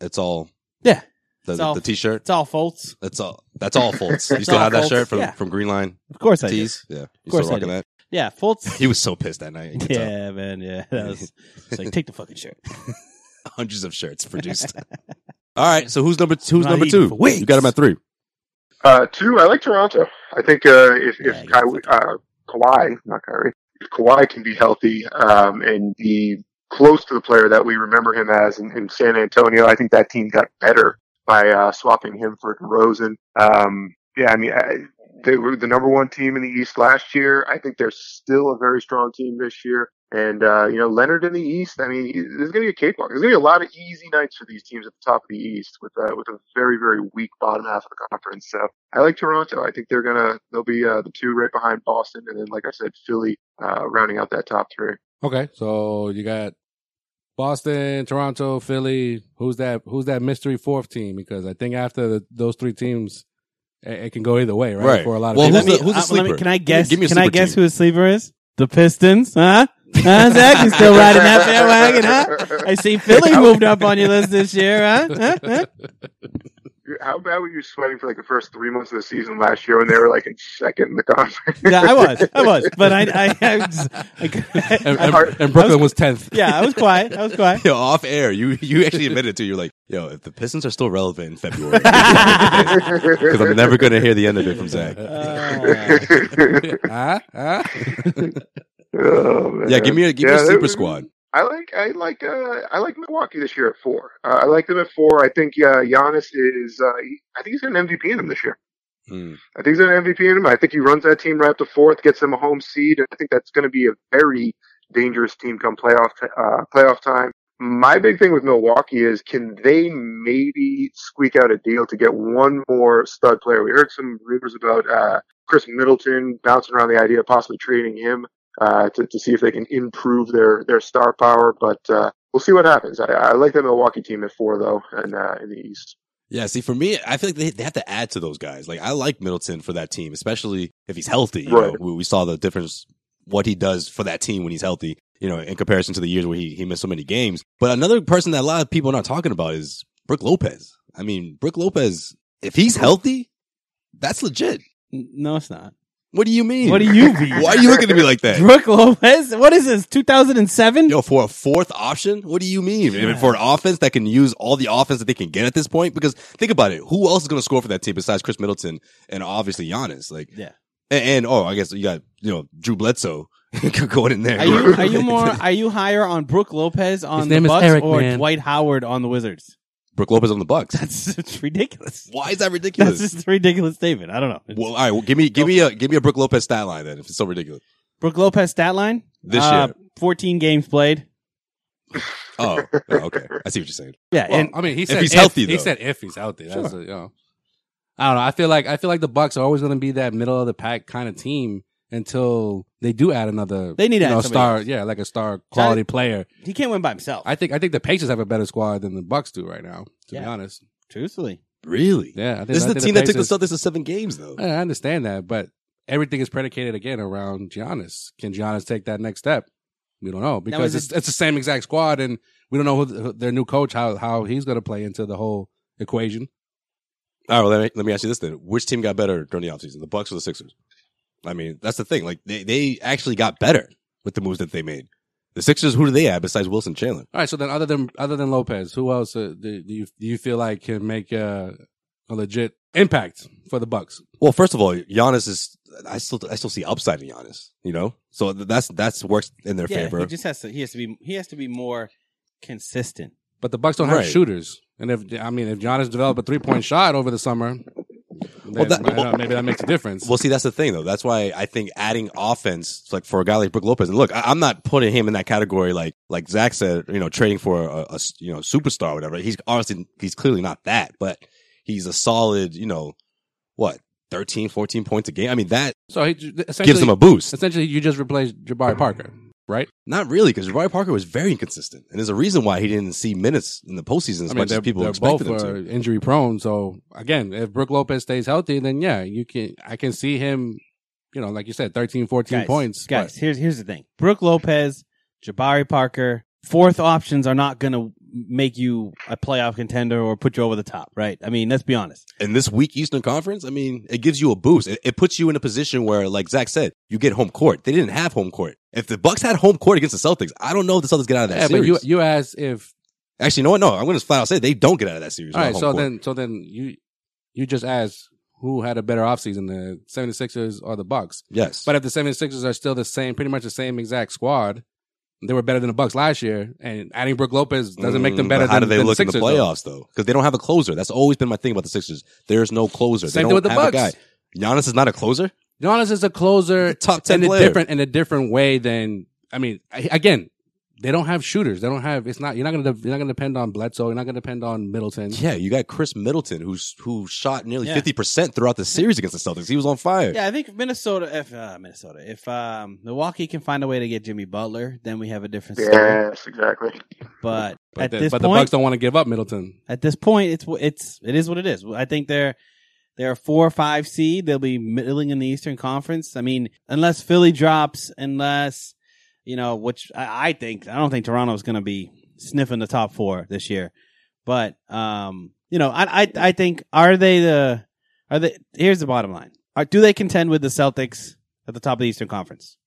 S5: it's all.
S4: Yeah.
S5: The,
S4: It's all-
S5: the T-shirt.
S4: It's all faults.
S5: That's all. That's all Fultz. You
S4: It's
S5: still
S4: all
S5: have that
S4: Fultz,
S5: shirt from
S4: yeah.
S5: from Green Line
S4: Of course I do.
S5: tees. Yeah. You
S4: course
S5: still
S4: I
S5: rocking that? [laughs]
S4: Yeah, faults.
S5: He uh, was so pissed that night. You could tell.
S4: yeah, man. Yeah, that was it's like take the fucking shirt.
S5: Hundreds of shirts
S4: [laughs]
S5: produced. all right. So who's number who's
S4: Not
S5: number two?
S4: eating for
S5: You got him
S4: weeks.
S5: at three.
S11: Uh, two, I like Toronto. I think uh, if if
S4: Yeah, you
S11: Kawhi, uh, Kawhi, not Kyrie, if Kawhi can be healthy um, and be close to the player that we remember him as in, in San Antonio, I think that team got better by uh, swapping him for DeRozan. Um, yeah, I mean, I, they were the number one team in the East last year. I think they're still a very strong team this year. And uh, you know, Leonard in the East. I mean, there's going to be a cakewalk. There's going to be a lot of easy nights for these teams at the top of the East with uh, with a very very weak bottom half of the conference. So I like Toronto. I think they're gonna they'll be uh, the two right behind Boston, and then like I said, Philly uh, rounding out that top three.
S6: Okay, so you got Boston, Toronto, Philly. Who's that? Who's that mystery fourth team? Because I think after the, those three teams, it, it can go either way, right?
S5: Right.
S6: For a lot of
S5: Well,
S6: people.
S5: who's the- who's the
S4: uh, let me-
S5: sleeper?
S4: can I guess?
S5: Give me a
S4: can I
S5: sleeper
S4: guess
S5: team.
S4: who his sleeper is? The Pistons, huh? Huh, Zach? You still riding that bandwagon, huh? I see Philly moved up on your list this year, huh? huh? huh?
S11: How bad were you sweating for like the first three months of the season last year when they were like in second in the [laughs] conference?
S4: Yeah, I was, I was, but I, I, I, just, I
S6: And,
S4: could-
S6: and- and Brooklyn
S5: [laughs]
S6: was tenth.
S4: [laughs] yeah, I was quiet. I was quiet.
S5: Yo, off air, you you actually admitted to you're like, yo, if the Pistons are still relevant in
S4: [laughs]
S5: February, [laughs] because I'm never
S11: [laughs]
S5: gonna hear the end of it from
S4: [laughs]
S5: Zach.
S4: Uh,
S6: Huh?
S5: [laughs]
S6: Huh?
S11: Oh, man.
S5: Yeah, give me a give me
S11: Yeah,
S5: a
S11: that
S5: sleeper
S11: was-
S5: squad.
S11: I like I like uh, I like Milwaukee this year at four. Uh, I like them at four. I think uh, Giannis is. Uh, he- I think he's got an MVP in him this year.
S5: Hmm.
S11: I think he's got an MVP in him. I think he runs that team right up to fourth, gets them a home seed. I think that's going to be a very dangerous team come playoff t- uh, playoff time. My big thing with Milwaukee is can they maybe squeak out a deal to get one more stud player? We heard some rumors about uh, Chris Middleton bouncing around the idea of possibly trading him uh, to, to see if they can improve their, their star power. But uh, we'll see what happens. I, I like that Milwaukee team at four, though, and uh, in the East.
S5: Yeah, see, for me, I feel like they, they have to add to those guys. Like, I like Middleton for that team, especially if he's healthy. You know,
S11: Right.
S5: we, we saw the difference, what he does for that team when he's healthy, you know, in comparison to the years where he, he missed so many games. But another person that a lot of people are not talking about is Brooke Lopez. I mean, Brooke Lopez, if he's healthy, that's legit.
S4: no, it's not.
S5: What do you mean?
S4: What do you be?
S5: Why are you looking at me like that?
S4: Brooke Lopez? What is this?
S5: [laughs]
S4: 2007?
S5: Yo, for a fourth option? What do you mean? And For an offense that can use all the offense that they can get at this point? Because think about it. Who else is going to score for that team besides Chris Middleton and obviously Giannis? Like,
S4: Yeah.
S5: And, and, oh, I guess you got, you know, Drew Bledsoe [laughs] going in there.
S4: Are you are you
S5: [laughs]
S4: more are you higher on Brooke Lopez on
S6: His
S4: the
S6: name is
S4: Bucks
S6: Eric,
S4: or
S6: man.
S4: Dwight Howard on the Wizards? [laughs]
S5: Brooke Lopez on the Bucks.
S4: That's it's ridiculous.
S5: Why is that
S4: That's
S5: ridiculous?
S4: just a ridiculous statement. I don't know. It's-
S5: well, all right. Well, give me, give me a, give me a Brooke Lopez stat line then if it's so ridiculous.
S4: Brooke Lopez stat line
S5: This year.
S4: 14 games played.
S5: Oh,
S4: [laughs]
S5: oh, okay. I see what you're saying.
S4: Yeah,
S6: Well,
S4: and
S6: I mean, he
S5: if
S6: said
S5: he's healthy,
S6: He
S5: though.
S6: said if he's healthy. That's a, you know. I don't know. I feel like I feel like the Bucks are always going to be that middle of the pack kind of team until they do add another.
S4: They need to
S6: you know,
S4: add somebody
S6: star.
S4: else.
S6: Yeah, like a star quality player.
S4: he can't win by himself.
S6: I think I think the Pacers have a better squad than the Bucks do right now. To be
S4: Yeah.
S6: honest,
S4: truthfully,
S5: Really?
S6: yeah. I think,
S5: This is
S6: I
S5: the
S6: think
S5: team that took the Celtics
S6: Pacers-
S5: to seven games though.
S6: I understand that, but everything is predicated again around Giannis. Can Giannis take that next step? We don't know because
S4: is
S6: it's, it's the same exact squad, and we don't know who, who their new coach how how he's going to play into the whole equation.
S5: All right, well, let me, let me ask you this then: Which team got better during the offseason, the Bucks or the Sixers? I mean, that's the thing. Like they, they actually got better with the moves that they made. The Sixers, who do they have besides Wilson Chandler?
S6: All right, so then other than other than Lopez, who else uh, do, do you do you feel like can make uh, a legit impact for the Bucks?
S5: Well, first of all, Giannis is. I still I still see upside in Giannis. You know, so th- that's that's works in their
S4: yeah, he
S5: favor.
S4: just has to he has to be he has to be more consistent.
S6: But the Bucks don't have
S5: Right.
S6: shooters, and if I mean if Giannis developed a three point shot over the summer, then
S5: that-
S6: I don't know, maybe that makes a difference.
S5: Well, see, that's the thing though. That's why I think adding offense, like for a guy like Brooke Lopez, and look, I, I'm not putting him in that category. Like like Zach said, you know, trading for a, a s- you know superstar, or whatever. He's obviously he's clearly not that, but he's a solid, you know, what 13, 14 points a game. I mean, that
S6: so he j- essentially
S5: gives him a boost.
S6: essentially you just replaced Jabari Parker, right?
S5: Not really, because Jabari Parker was very inconsistent, and there's a reason why he didn't see minutes in the postseason as much as people expected him
S6: both
S5: to.
S6: are injury prone. So again, if Brooke Lopez stays healthy, then yeah, you can. I can see him. You know, like you said, 13, 14
S4: Guys,
S6: points.
S4: Guys, here's here's the thing. Brooke Lopez, Jabari Parker, fourth options are not going to make you a playoff contender or put you over the top, right? I mean, let's be honest.
S5: and this week Eastern Conference, I mean, it gives you a boost. It, it puts you in a position where, like Zach said, you get home court. They didn't have home court. If the Bucks had home court against the Celtics, I don't know if the Celtics get out of
S6: But,
S5: that
S6: yeah, but
S5: series.
S6: you you asked if
S5: Actually, you know what? No, I'm going to flat out say they don't get out of that series.
S6: all
S5: without
S6: right.
S5: home
S6: So
S5: court.
S6: then so then you you just asked who had a better offseason, the 76ers or the Bucks.
S5: yes,
S6: But if the 76ers are still the same, pretty much the same exact squad, they were better than the Bucks last year, and adding Brooke Lopez doesn't make them
S5: Mm,
S6: better.
S5: but How
S6: than,
S5: do they
S6: than
S5: look in the
S6: Sixers, though.
S5: playoffs though? Because they don't have a closer. That's always been my thing about the Sixers. There's no closer. they
S6: Same thing
S5: don't
S6: with the
S5: have
S6: Bucks.
S5: a guy. Giannis is not a closer.
S6: Giannis is a closer,
S5: Top ten
S6: in a
S5: player.
S6: different in a different way than I mean. I- Again, they don't have shooters. They don't have. It's not. You're not gonna. You're not gonna depend on Bledsoe. You're not gonna depend on Middleton.
S5: Yeah, you got Chris Middleton, who's who shot nearly
S4: Yeah.
S5: fifty percent throughout the series against the Celtics. He was on fire.
S4: Yeah, I think if Minnesota if uh, Minnesota, if um Milwaukee can find a way to get Jimmy Butler, then we have a different story.
S11: Yes, exactly.
S4: But,
S6: But,
S4: at
S6: the,
S4: this
S6: but the
S4: point,
S6: Bucks don't want to give up Middleton.
S4: at this point, it's wh- it's it is what it is. I think they're they're a four or five seed. They'll be middling in the Eastern Conference. I mean, unless Philly drops, unless you know, which I, I think I don't think Toronto's going to be sniffing the top four this year. But um, you know, I, I I think are they the are they? Here's the bottom line: are, Do they contend with the Celtics at the top of the Eastern Conference?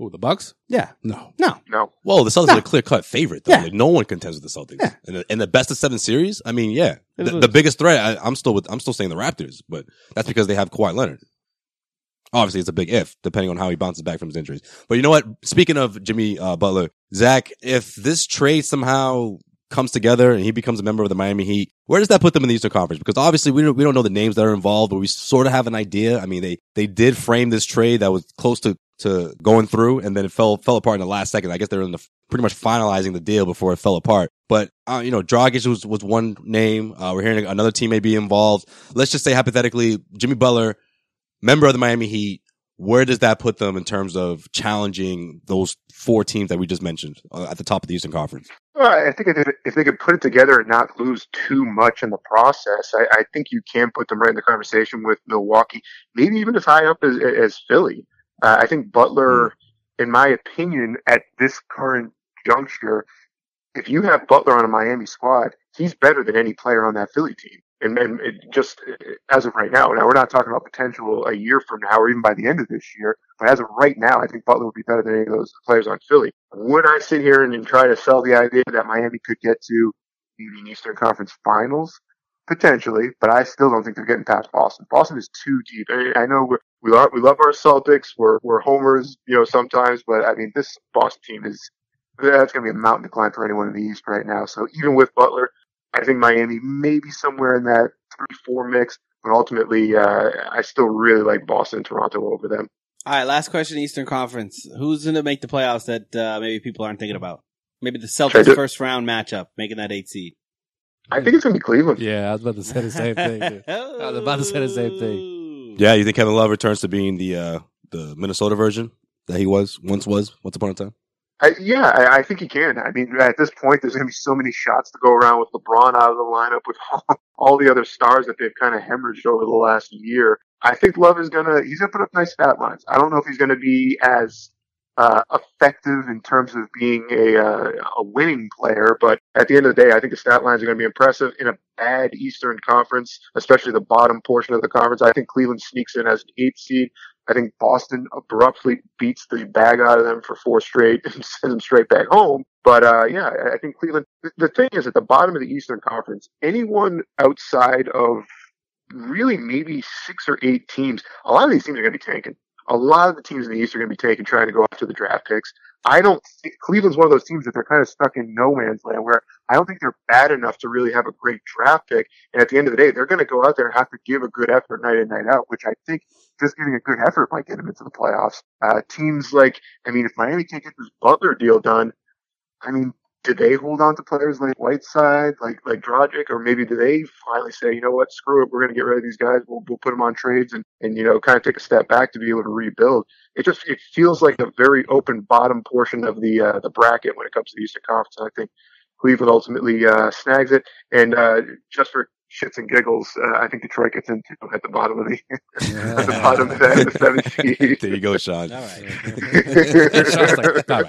S6: Ooh, the Bucks?
S4: Yeah,
S6: No.
S4: no,
S11: No.
S5: Whoa, the Celtics
S4: No.
S5: are a clear cut favorite. Though.
S4: Yeah.
S5: Like, no one contends with the Celtics.
S4: Yeah.
S5: And, the, and the best of seven series, I mean, yeah,
S4: It
S5: the,
S4: was-
S5: the biggest threat. I, I'm still with. I'm still saying the Raptors, but that's because they have Kawhi Leonard. Obviously, it's a big if, depending on how he bounces back from his injuries. But you know what? Speaking of Jimmy uh, Butler, Zach, if this trade somehow comes together and he becomes a member of the Miami Heat, where does that put them in the Eastern Conference? Because obviously we don't, we don't know the names that are involved, but we sort of have an idea. I mean, they, they did frame this trade that was close to, to going through and then it fell, fell apart in the last second. I guess they're in the pretty much finalizing the deal before it fell apart. But, uh, you know, Dragic was, was one name. Uh, we're hearing another team may be involved. Let's just say hypothetically, Jimmy Butler, member of the Miami Heat, where does that put them in terms of challenging those four teams that we just mentioned uh, at the top of the Eastern Conference?
S11: Well, I think if they, if they could put it together and not lose too much in the process, I, I think you can put them right in the conversation with Milwaukee, maybe even as high up as, as Philly. Uh, I think Butler, in my opinion, at this current juncture, if you have Butler on a Miami squad, he's better than any player on that Philly team. And, and it just uh, as of right now, now we're not talking about potential a year from now or even by the end of this year. But as of right now, I think Butler would be better than any of those players on Philly. Would I sit here and, and try to sell the idea that Miami could get to maybe an Eastern Conference Finals? Potentially, but I still don't think they're getting past Boston. Boston is too deep. I, I know we're, we are we love our Celtics. We're we're homers, you know, sometimes, but I mean, this Boston team is that's going to be a mountain to climb for anyone in the East right now. So even with Butler, I think Miami may be somewhere in that three-four mix. But ultimately, uh, I still really like Boston and Toronto over them.
S4: All right, last question: Eastern Conference. Who's going to make the playoffs that uh, maybe people aren't thinking about? Maybe the
S11: Try
S4: Celtics
S11: to-
S4: first round matchup, making that eight seed.
S11: I think it's going to be Cleveland.
S6: [laughs] Yeah, I was about to say the same
S4: [laughs]
S6: thing. Dude.
S4: Oh.
S6: was about to say the same
S4: thing.
S5: Yeah, you think Kevin Love returns to being the uh, the Minnesota version that he was once was once upon a time?
S11: I, yeah, I, I think he can. I mean, at this point, there's going to be so many shots to go around with LeBron out of the lineup, with [laughs] all, all the other stars that they've kind of hemorrhaged over the last year. I think Love is going to he's going to put up nice stat lines. I don't know if he's going to be as uh, effective in terms of being a uh, a winning player, but at the end of the day, I think the stat lines are going to be impressive in a bad Eastern Conference, especially the bottom portion of the conference. I think Cleveland sneaks in as an eighth seed. I think Boston abruptly beats the bag out of them for four straight [laughs] and sends them straight back home. But uh, yeah, I- I think Cleveland. th- The thing is, at the bottom of the Eastern Conference, anyone outside of really maybe six or eight teams, a lot of these teams are going to be tanking. A lot of the teams in the East are going to be tanking, trying to go after the draft picks. I don't think Cleveland's one of those teams that they're kind of stuck in no man's land where I don't think they're bad enough to really have a great draft pick. And at the end of the day, they're going to go out there and have to give a good effort night in, night out, which I think just giving a good effort might get them into the playoffs. Uh, teams like, I mean, if Miami can't get this Butler deal done, I mean, do they hold on to players like Whiteside, like like Drogic, or maybe do they finally say, you know what, screw it, we're going to get rid of these guys, we'll we'll put them on trades and and you know kind of take a step back to be able to rebuild. It just it feels like a very open bottom portion of the uh, the bracket when it comes to the Eastern Conference. And I think Cleveland ultimately uh, snags it, and uh, just for shits and giggles, uh, I think Detroit gets in too at the bottom of the at the bottom of the,
S5: [laughs]
S11: the seventh seed.
S5: there you go, Sean.
S4: All right.
S6: Sean's like, all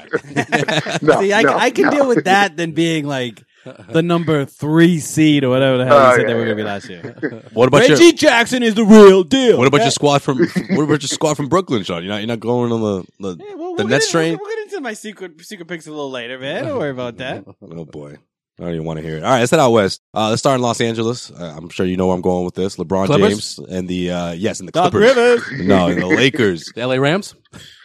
S6: right.
S11: No,
S4: See, I,
S11: no,
S4: I can
S11: no.
S4: deal with that than being like the number three seed or whatever the hell
S11: Oh,
S4: you said they
S11: yeah,
S4: were
S11: yeah.
S4: going to be last year.
S5: [laughs]
S11: [laughs]
S5: What about
S4: Reggie
S5: your
S4: Jackson is the real deal.
S5: what about your squad from what about your squad from Brooklyn, Sean? You're not you're not going on the, the
S4: Hey, we'll-
S5: the
S4: we'll
S5: Nets
S4: get-
S5: train?
S4: We'll, we'll get into my secret secret picks a little later, man. Don't worry about that.
S5: Oh boy, I don't even want to hear it. All right, let's head out west. Uh, let's start in Los Angeles. Uh, I'm sure you know where I'm going with this. LeBron
S6: Clippers?
S5: James and the uh, yes, and the
S4: Doc
S5: Clippers.
S4: Rivers,
S5: No, and the Lakers.
S6: [laughs] The LA Rams?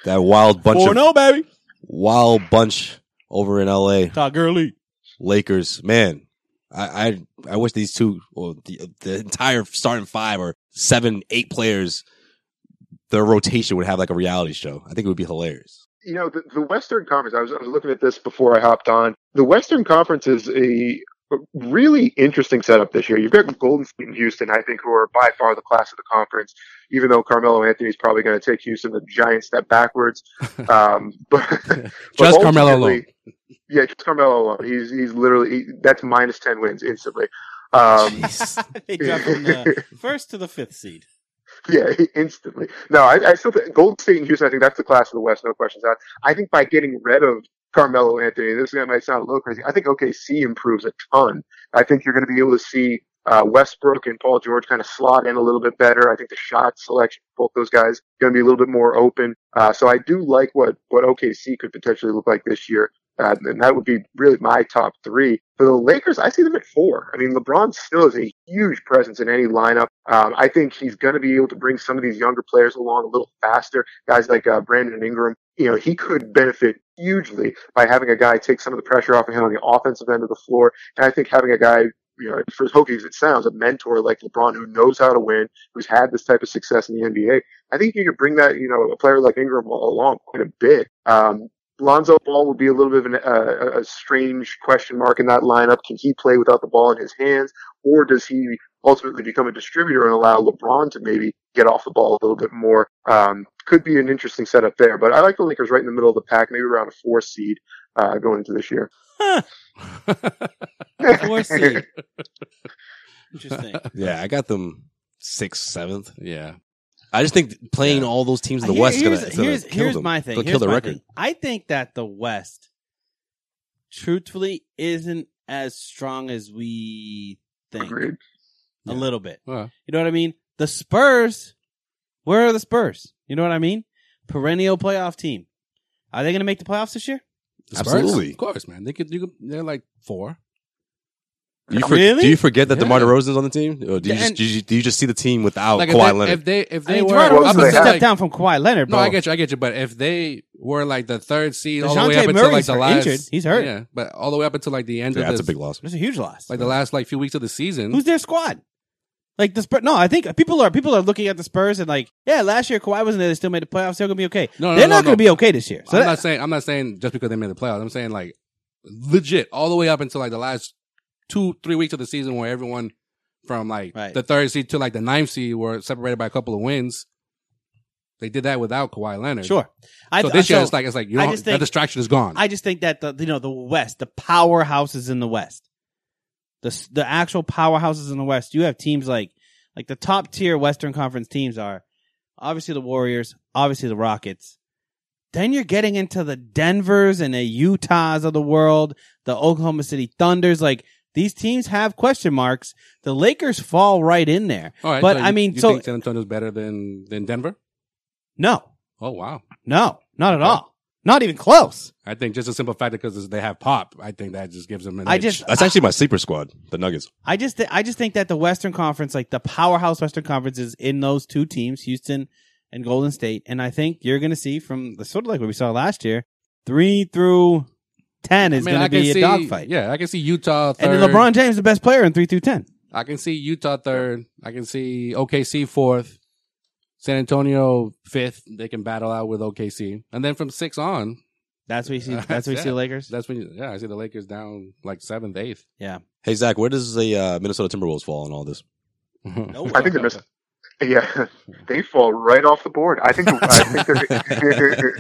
S5: That wild bunch
S4: four oh.
S5: of
S4: zero, baby.
S5: wild bunch over in L.A.
S4: Todd Gurley.
S5: Lakers. Man, I I, I wish these two or the, the entire starting five or seven, eight players, their rotation would have like a reality show. I think it would be hilarious.
S11: [laughs] you know the, the Western Conference. I was I was looking at this before I hopped on. The Western Conference is a really interesting setup this year. You've got Golden State and Houston, I think, who are by far the class of the conference. Even though Carmelo Anthony is probably going to take Houston the giant step
S6: [laughs]
S11: backwards, um, [laughs] but but
S6: Just Carmelo
S11: ultimately-
S6: alone.
S11: Yeah, just Carmelo alone. He's he's literally he, that's minus ten wins instantly. Um,
S4: [laughs] they dropped from
S11: [laughs]
S4: the first to the fifth seed.
S11: Yeah, instantly. No, I, I still think Golden State and Houston. I think that's the class of the West. No questions asked. I think by getting rid of Carmelo Anthony, this guy might sound a little crazy. I think OKC improves a ton. I think you're going to be able to see Uh, Westbrook and Paul George kind of slot in a little bit better. I think the shot selection, both those guys, going to be a little bit more open. Uh, so I do like what what OKC could potentially look like this year. Uh, and that would be really my top three. For the Lakers, I see them at four. I mean, LeBron still is a huge presence in any lineup. Um, I think he's going to be able to bring some of these younger players along a little faster. Guys like uh, Brandon Ingram, you know, he could benefit hugely by having a guy take some of the pressure off of him on the offensive end of the floor. And I think having a guy you know, for as hokey as it sounds, a mentor like LeBron who knows how to win, who's had this type of success in the NBA, I think you could bring that, you know, a player like Ingram along quite a bit. Um, Lonzo Ball would be a little bit of an, uh, a strange question mark in that lineup. Can he play without the ball in his hands, or does he ultimately become a distributor and allow LeBron to maybe get off the ball a little bit more? Um, could be an interesting setup there. But I like the Lakers right in the middle of the pack, maybe around a four seed uh, going into this year.
S4: Four
S11: [laughs]
S4: seed. Interesting.
S5: Yeah, I got them sixth, seventh.
S6: [laughs] Yeah.
S5: I just think playing all those teams in the
S4: Uh, Here-
S5: West is gonna,
S4: here's,
S5: it's gonna
S4: here's,
S5: kill
S4: here's
S5: them.
S4: my thing.
S5: Gonna
S4: Here's
S5: kill the
S4: my
S5: record.
S4: thing. I think that the West, truthfully, isn't as strong as we think.
S11: Agreed.
S4: A little bit.
S6: Well,
S4: You know what I mean? The Spurs, where are the Spurs? You know what I mean? Perennial playoff team. Are they going to make the playoffs this year?
S6: the Spurs?
S5: Absolutely.
S6: Of course, man. They could, you could, they're like four.
S5: Do you, for,
S4: Really?
S5: do you forget that
S6: Yeah.
S5: DeMar DeRozan's on the team? Or do you,
S4: Yeah,
S5: just,
S4: and-
S5: do, you, do you just see the team
S11: Oh,
S5: without
S6: Like
S5: Kawhi
S6: if they,
S5: Leonard?
S6: If they, if they
S4: I mean,
S6: were,
S4: Toronto
S11: Well,
S4: Wilson
S11: they
S4: stepped
S11: have-
S4: down from Kawhi Leonard,
S6: No,
S4: bro.
S6: I get you. I get you. But if they were like the third seed all the
S4: DeJounte
S6: way up until like
S4: Murray's
S6: the
S4: hurt-
S6: last,
S4: injured. He's hurt.
S6: Yeah, but all the way up until like the end
S5: yeah,
S6: of
S5: that's a
S6: this-
S5: big loss.
S4: That's a huge loss.
S6: Like the last like few weeks of the season.
S4: Who's their squad? Like the Spurs? No, I think people are people are looking at the Spurs and like, yeah, last year Kawhi wasn't there. They still made the playoffs. They're gonna be okay.
S6: No, no,
S4: They're
S6: no,
S4: not
S6: no.
S4: gonna be okay this year. So
S6: I'm
S4: that-
S6: not saying I'm not saying just because they made the playoffs. I'm saying like legit all the way up until like the last two three weeks of the season where everyone from like
S4: Right.
S6: the third seed to like the ninth seed were separated by a couple of wins. They did that without Kawhi Leonard.
S4: sure. I,
S6: so this year
S4: so
S6: it's like it's like you
S4: I
S6: know
S4: just
S6: that
S4: think-
S6: distraction is gone.
S4: I just think that the you know the West, the powerhouses in the West, the s- the actual powerhouses in the West. You have teams like like the top tier Western Conference teams are obviously the Warriors, obviously the Rockets. Then you're getting into the Denvers and the Utahs of the world, the Oklahoma City Thunders. Like these teams have question marks. The Lakers fall right in there.
S6: all right,
S4: but
S6: so
S4: I
S6: you-
S4: mean,
S6: you
S4: so-
S6: think San Antonio's better than than Denver?
S4: No,
S6: Oh wow,
S4: no, not at all. Not even close.
S6: I think just a simple fact because they have Pop. I think that just gives them an
S4: I
S6: edge.
S4: just
S5: That's actually my sleeper squad, the Nuggets.
S4: I just th- I just think that the Western Conference, like the powerhouse Western Conference, is in those two teams, Houston and Golden State, and I think you're going to see from the sort of like what we saw last year, three through ten is
S6: I mean,
S4: going
S6: I
S4: to
S6: can
S4: be
S6: see,
S4: a dogfight.
S6: Yeah, I can see Utah third.
S4: and then LeBron James is the best player in three through ten.
S6: I can see Utah third. I can see OKC fourth. San Antonio fifth. They can battle out with OKC, and then from six on,
S4: That's what you
S6: [laughs]
S4: see.
S6: That's
S4: That's what you see.
S6: it.
S4: The Lakers.
S6: that's when you, yeah, I see the Lakers down like seventh, eighth.
S5: Hey, Zach, where does the uh, Minnesota Timberwolves fall in all
S4: [laughs]
S5: this?
S11: I think they're missing. Yeah, [laughs] they fall right off the board. I think. I think they're.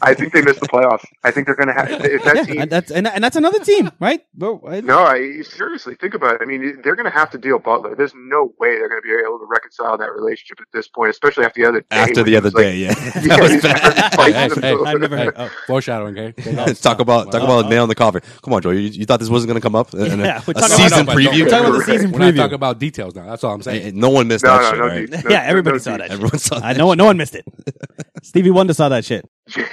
S11: [laughs] I think they missed the playoffs. I think they're going to have. If that
S4: Yeah,
S11: team,
S4: and that's and, and that's another team, right? Bro, I-
S11: No, I seriously think about it. I mean, they're going to have to deal Butler. There's no way they're going to be able to reconcile that relationship at this point, especially after the other day.
S5: After
S11: when
S5: the
S11: he
S5: other
S11: was like-
S5: day, yeah.
S11: [laughs] Yeah,
S5: [laughs] that was
S11: he's
S5: bad.
S4: [laughs]
S11: fighting
S6: Hey,
S11: them.
S6: hey,
S4: I've never heard. oh,
S6: Hey, [laughs] foreshadowing, okay?
S5: [laughs] talk about talk
S4: Well,
S5: about nail in the coffin. Come on, Joe. You, you thought this wasn't going to come up? And- and a-
S4: Yeah, we're
S5: a
S4: talking about-
S5: season
S6: No, but
S5: preview.
S6: don't-
S4: We're talking about
S5: [laughs]
S4: the season
S6: We're not talking
S4: preview.
S6: about details now. That's all I'm saying.
S5: Hey, no one missed
S11: No,
S5: that
S11: no,
S5: shit,
S11: no,
S5: right?
S11: no,
S4: Yeah,
S11: no,
S4: everybody
S11: no
S4: saw that.
S5: Everyone saw
S4: I
S5: that.
S4: know. No one missed it. Stevie Wonder saw that shit.
S11: deal. [laughs]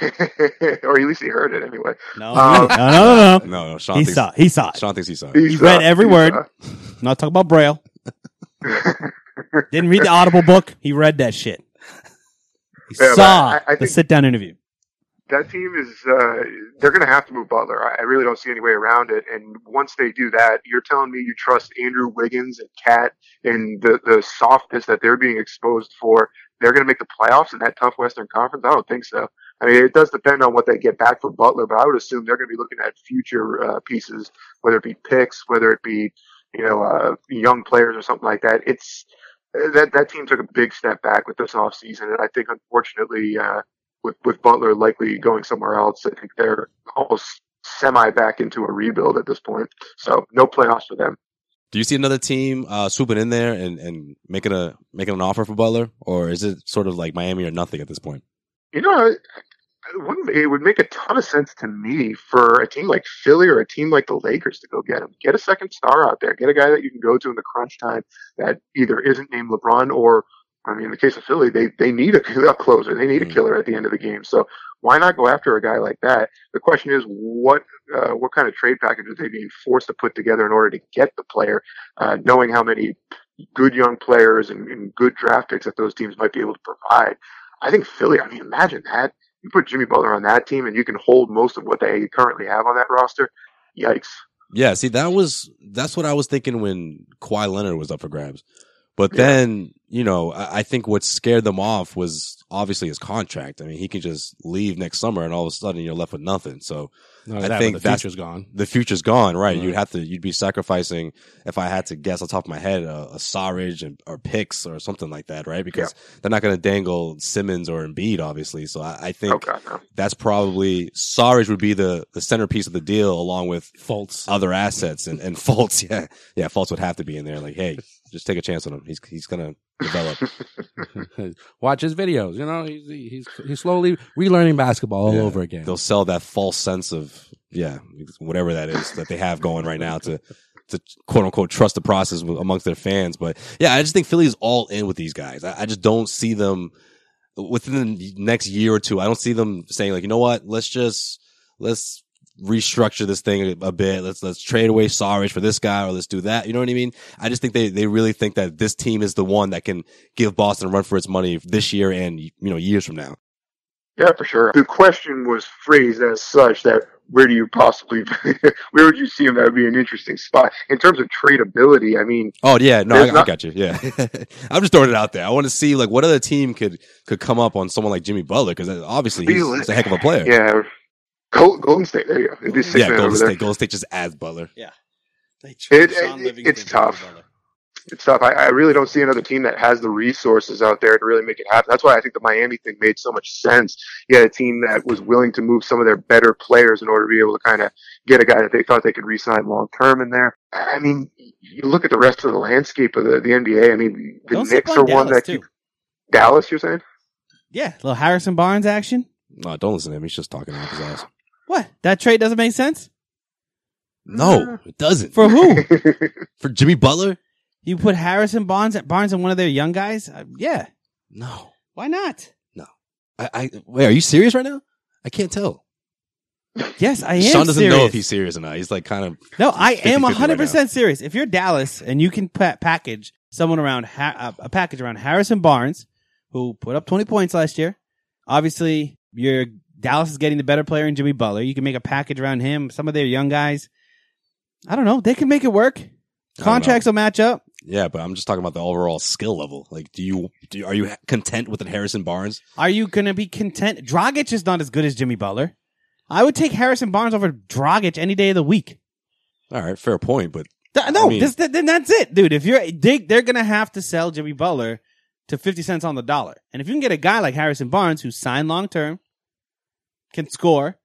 S11: or at least he heard it anyway.
S4: No,
S11: Um,
S4: no, no, no. no.
S5: No, no. Sean
S4: He
S5: thinks
S4: saw. It. He saw it.
S5: Sean thinks he saw. it.
S11: He
S4: read
S11: saw-
S4: every
S11: he
S4: word.
S11: saw.
S4: Not talking about Braille.
S11: uh, [laughs]
S4: Didn't read the Audible book. He read that shit. He
S11: Yeah, but
S4: saw
S11: I- I
S4: the
S11: think-
S4: sit down interview.
S11: that team is uh, they're going to have to move Butler. I, I really don't see any way around it. And once they do that, you're telling me you trust Andrew Wiggins and Cat and the the softness that they're being exposed for. They're going to make the playoffs in that tough Western Conference. I don't think so. I mean, it does depend on what they get back for Butler, but I would assume they're going to be looking at future uh, pieces, whether it be picks, whether it be you know uh, young players or something like that. It's uh, that that team took a big step back with this offseason, and I think unfortunately. Uh, with with Butler likely going somewhere else, I think they're almost semi back into a rebuild at this point. So no playoffs for them.
S5: Do you see another team uh, swooping in there and, and making a making an offer for Butler, or is it sort of like Miami or nothing at this point?
S11: You know, I, it wouldn't- it would make a ton of sense to me for a team like Philly or a team like the Lakers to go get him. Get a second star out there. Get a guy that you can go to in the crunch time that either isn't named LeBron or, I mean, in the case of Philly, they, they need a, [laughs] a closer. They need a killer at the end of the game. So why not go after a guy like that? The question is, what uh, what kind of trade package are they being forced to put together in order to get the player? Uh, knowing how many good young players and, and good draft picks that those teams might be able to provide, I think Philly. I mean, imagine that you put Jimmy Butler on that team and you can hold most of what they currently have on that roster. Yikes.
S5: Yeah, see, that was that's what I was thinking when Kawhi Leonard was up for grabs. But then, you know, I, I think what scared them off was obviously his contract. I mean, he can just leave next summer, and all of a sudden you're left with nothing. So
S6: No,
S5: I
S6: that, but
S5: think
S6: the
S5: that's-
S6: future's gone. [laughs]
S5: the future's gone, right?
S6: Right.
S5: You'd have to, you'd be sacrificing. If I had to guess on top of my head, a, a Sarage and or picks or something like that, right? Because they're not going to dangle Simmons or Embiid, obviously. So I, I think
S11: Oh God, no.
S5: that's probably Sarage would be the the centerpiece of the deal, along with
S6: Faults.
S5: other assets and, [laughs] and Fultz, yeah. Yeah, Fultz would have to be in there. Like, hey, just take a chance on him. He's he's gonna develop.
S6: Watch his videos. You know, he's he's he's slowly relearning basketball all
S5: Yeah.
S6: over again.
S5: They'll sell that false sense of yeah, whatever that is that they have going right now to to quote unquote trust the process w- amongst their fans. But yeah, I just think Philly's all in with these guys. I, I just don't see them within the next year or two. I don't see them saying like, you know what, let's just let's restructure this thing a, a bit. Let's let's trade away Sarge for this guy or let's do that. You know what I mean? I just think they they really think that this team is the one that can give Boston a run for its money this year and you know years from now.
S11: Yeah, for sure. The question was phrased as such that where do you possibly, [laughs] where would you see him? That would be an interesting spot in terms of tradability. I mean,
S5: Oh yeah, no, I,
S11: There's
S5: I
S11: not-
S5: got you. Yeah, [laughs] I'm just throwing it out there. I want to see like what other team could could come up on someone like Jimmy Butler because obviously he's,
S11: Really?
S5: he's a heck of a player.
S11: yeah, Col- Golden State. There you go. It'd be six
S5: Yeah,
S11: men over
S5: Golden
S11: there.
S5: State. Golden State just adds Butler.
S4: They traded
S11: it-
S4: Sean
S11: it's
S4: Livingston for
S11: tough.
S4: Butler.
S11: It's tough. I, I really don't see another team that has the resources out there to really make it happen. That's why I think the Miami thing made so much sense. You had a team that was willing to move some of their better players in order to be able to kind of get a guy that they thought they could re-sign long term in there. I mean, you look at the rest of the landscape of the, the NBA. I mean, the
S4: Don't sleep
S11: Knicks
S4: on
S11: are
S4: Dallas
S11: one that
S4: too.
S11: keep Dallas. You're saying? [laughs]
S4: Yeah, little Harrison Barnes action.
S5: No, don't listen to him. He's just talking out his ass.
S4: What? That trade doesn't make sense
S5: No, it doesn't. For,
S4: for who?
S11: [laughs]
S5: Jimmy Butler?
S4: you put Harrison Barnes at Barnes and one of their young guys. Uh, yeah,
S5: No.
S4: why not?
S5: I, I wait. Are you serious right now? I can't tell.
S4: Yes, I am.
S5: Sean doesn't know
S4: serious.
S5: if he's serious or not. He's like kind of
S4: No, I am
S5: 50-50 right
S4: 100% serious. If you're Dallas and you can pa- package someone around ha- uh, a a package around Harrison Barnes, who put up 20 points last year, obviously your Dallas is getting the better player in Jimmy Butler. You can make a package around him, some of their young guys. I don't know. They can make it work.
S5: know.
S4: Contracts will match up.
S5: yeah. But I'm just talking about the overall skill level. Like, do you do? you- Are you content with an Harrison Barnes?
S4: Are you going to be content? Dragic is not as good as Jimmy Butler. I would take Harrison Barnes over Dragic any day of the week.
S5: All right, fair point. But
S4: Th- no,
S5: I mean-
S4: this, th- then that's it, dude. If you're they, they're gonna have to sell Jimmy Butler to fifty cents on the dollar, and if you can get a guy like Harrison Barnes who signed long term, can score,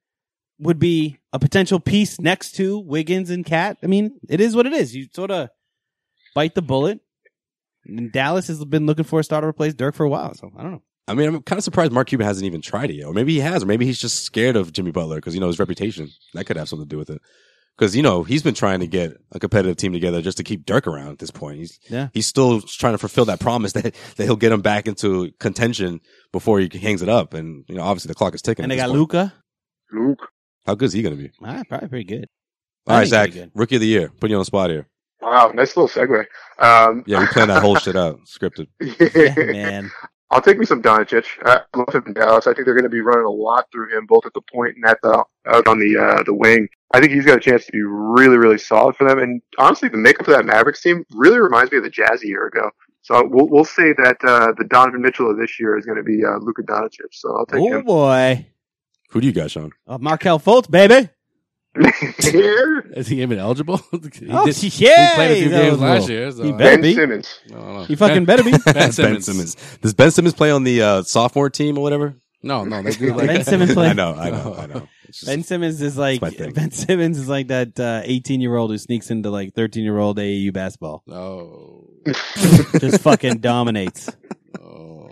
S4: would be a potential piece next to Wiggins and Cat. I mean, it is what it is. You sort of bite the bullet. And Dallas has been looking for a starter to replace Dirk for a while, so I don't know.
S5: I mean, I'm kind of surprised Mark Cuban hasn't even tried it yet. Or maybe he has, or maybe he's just scared of Jimmy Butler because, you know, his reputation. That could have something to do with it. Because, you know, he's been trying to get a competitive team together just to keep Dirk around at this point. He's,
S4: Yeah.
S5: he's still trying to fulfill that promise that, that he'll get him back into contention before he hangs it up. And, you know, obviously the clock is ticking.
S4: And
S5: at
S4: they
S5: this
S4: got
S5: point.
S4: Luca.
S11: Luke.
S5: How good is he going to be?
S4: Ah, probably pretty good.
S5: All right,
S4: think he'll be
S5: Zach, rookie of the year. Putting you on the spot here.
S11: Wow, nice little segue. Um, [laughs]
S5: Yeah, we planned that whole shit out, [laughs] scripted.
S4: Yeah, man.
S11: I'll take me some Doncic. Uh, I love him in Dallas. I think they're going to be running a lot through him, both at the point and at the out on the uh, the wing. I think he's got a chance to be really, really solid for them. And honestly, the makeup of that Mavericks team really reminds me of the Jazz a year ago. So we'll we'll say that uh, the Donovan Mitchell of this year is going to be uh, Luka Doncic. So I'll take
S4: Oh boy,
S5: Who do you got, Sean?
S4: oh, Markel Fultz, baby.
S11: [laughs] him.
S6: Is he even eligible? [laughs] he,
S4: Oh,
S6: did-
S4: yeah,
S6: he played a few
S4: that
S6: games
S4: was
S6: last
S4: little.
S6: year. So
S4: He
S6: I-
S4: bet.
S11: ben
S4: be.
S11: Simmons.
S6: I don't know.
S4: You fucking better
S6: [laughs]
S4: be.
S5: [laughs]
S6: Ben Simmons.
S5: Does Ben Simmons play on the uh, sophomore team or whatever?
S6: No, no, they do like [laughs]
S5: [laughs]
S4: Ben Simmons
S5: I
S4: play.
S5: know, I know, I
S4: [laughs]
S5: know. It's just-
S4: Ben Simmons is like
S5: That's my thing.
S4: Ben Simmons is like that eighteen year old who sneaks into like thirteen year old AAU basketball.
S6: Oh, [laughs]
S4: Just fucking dominates. [laughs]
S6: oh,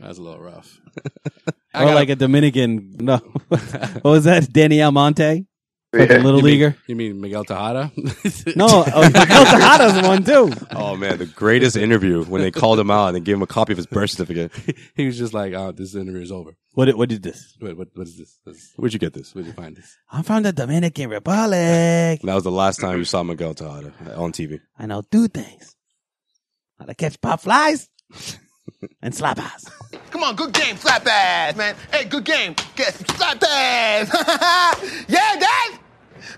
S6: that's a little rough. I
S4: or
S6: gotta-
S4: like a Dominican. No, [laughs] what was that? Danny Almonte, fucking
S11: Yeah.
S4: little
S6: You mean- [laughs]
S4: leaguer.
S6: You mean Miguel Tejada? [laughs]
S4: No, oh, Miguel Tejada's one too.
S5: Oh man, the greatest interview when they called him out and they gave him a copy of his birth certificate.
S6: he was just like, "Oh, this interview is over.
S4: What? What is this?
S6: What? What, what is this? this?
S5: Where'd you get this?
S6: Where'd you find this?"
S4: I'm from the Dominican Republic.
S5: And that was the last time you saw Miguel Tejada on TV.
S4: I know two things: how to catch pop flies [laughs] and slap ass.
S12: Come on, good game, slap ass, man. Hey, good game. Get some slap ass. [laughs] yeah, guys.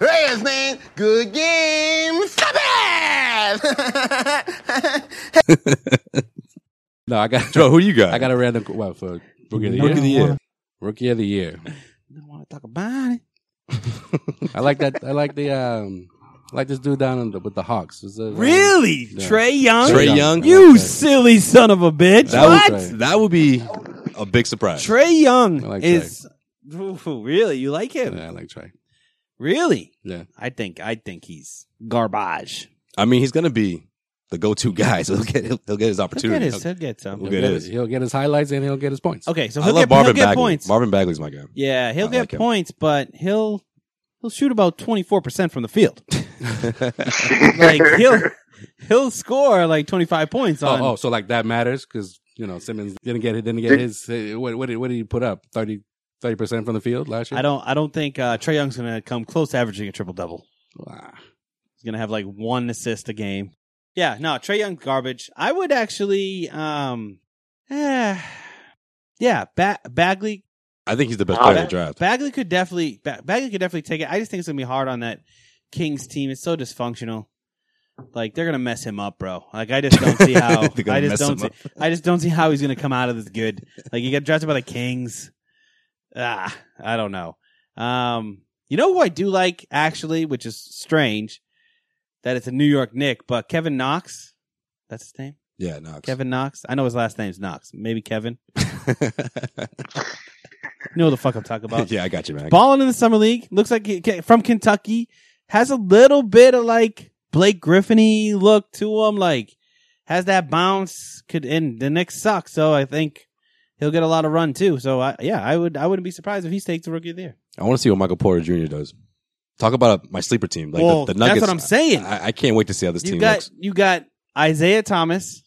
S12: Reyes, man. Good game, slap
S4: [laughs]
S12: ass.
S6: No, I got.
S5: Joe, who you got?
S6: I got a random what for rookie of the year.
S5: Rookie of the year.
S6: Rookie of the year.
S4: Don't want to talk about it.
S6: I like that. I like the um. I like this dude down in the, with the Hawks. Was it, um,
S4: Really,
S6: Yeah.
S4: Trey Young?
S5: Trey Young.
S4: You silly son of a bitch!
S5: That
S4: what?
S5: would that would be a big surprise.
S4: Trey Young
S6: I like
S4: is Ooh, really you like him?
S6: Yeah, I like Trey.
S4: Really?
S6: Yeah.
S4: I think I think he's garbage.
S5: I mean, he's gonna be the go-to guy, so he'll get he'll, he'll get his
S4: He'll get
S5: opportunity.
S4: his. He'll get some.
S5: We'll
S6: He'll
S5: get
S6: get,
S5: his.
S6: his, he'll get his highlights and he'll get his points.
S4: Okay, so
S5: I
S4: he'll
S5: love
S4: get,
S5: Marvin
S4: he'll get
S5: Bagley.
S4: points.
S5: Marvin Bagley's my guy. [laughs]
S4: yeah, he'll
S5: I
S4: get
S5: like him.
S4: points, but he'll he'll shoot about twenty four percent from the field. Like he'll he'll score like twenty five points on.
S6: Oh, oh, so like that matters because you know Simmons didn't get didn't get
S11: Did-
S6: his. eh, What what did, what did he put up? 30 percent from the field last year.
S4: I don't I don't think uh, Trey Young's gonna come close to averaging a triple double.
S6: Wow.
S4: He's gonna have like one assist a game. Yeah, no, Trey Young garbage. I would actually, um, eh, yeah, ba- Bagley
S5: I think he's the best
S11: Wow.
S5: player in the draft.
S4: Bagley could definitely ba- Bagley could definitely take it. I just think it's gonna be hard on that Kings team. It's so dysfunctional. Like they're gonna mess him up, bro. Like I
S5: [laughs]
S4: just don't see how.
S5: They're gonna
S4: I just
S5: mess
S4: don't
S5: him
S4: see.
S5: up.
S4: I just don't see how he's gonna come out of this good. Like he got drafted by the Kings. Ah, I don't know. Um, you know who I do like actually, which is strange, that it's a New York Nick, but Kevin Knox. That's his name,
S5: Yeah, Knox. [laughs]
S4: Kevin Knox. I know his last name's Knox. Maybe Kevin. You know what the fuck I'm talking about?
S5: yeah, I got you, man.
S4: balling in the summer league. Looks like he, ca- from Kentucky has a little bit of like Blake Griffin look to him. Like has that bounce. Could and the Knicks suck, so I think he'll get a lot of run too. So I, yeah, I would I wouldn't be surprised if he stakes the rookie there.
S5: I want to see what Michael Porter Jr. does. Talk about my sleeper team, like
S4: well,
S5: the, the Nuggets.
S4: that's what I'm saying.
S5: I, I can't wait to see how this
S4: you
S5: team
S4: got
S5: looks.
S4: you got Isaiah Thomas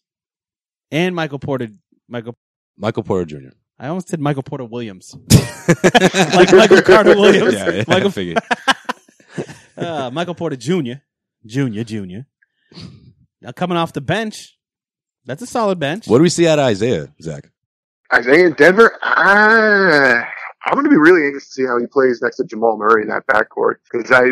S4: and Michael Porter. Michael,
S5: Michael Porter Jr.
S4: I almost said Michael
S5: [laughs]
S4: Porter Williams, like [laughs] Michael Carter Williams.
S5: Yeah, yeah I
S4: Michael
S5: figured.
S4: uh, Michael Porter Jr. Junior, Junior. Now coming off the bench, that's a solid bench.
S5: What do we see out of Isaiah, Zach?
S11: Isaiah in Denver. Ah, I'm going to be really anxious to see how he plays next to Jamal Murray in that backcourt because I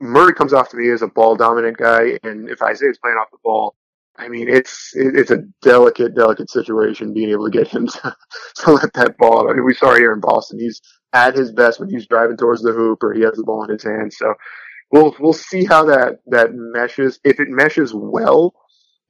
S11: Murray comes off to me as a ball dominant guy, and if Isaiah's playing off the ball, I mean it's it, it's a delicate, delicate situation being able to get him [laughs] to, to let that ball. out. I mean, we saw here in Boston, he's at his best when he's driving towards the hoop or he has the ball in his hand. So we'll we'll see how that that meshes. If it meshes well,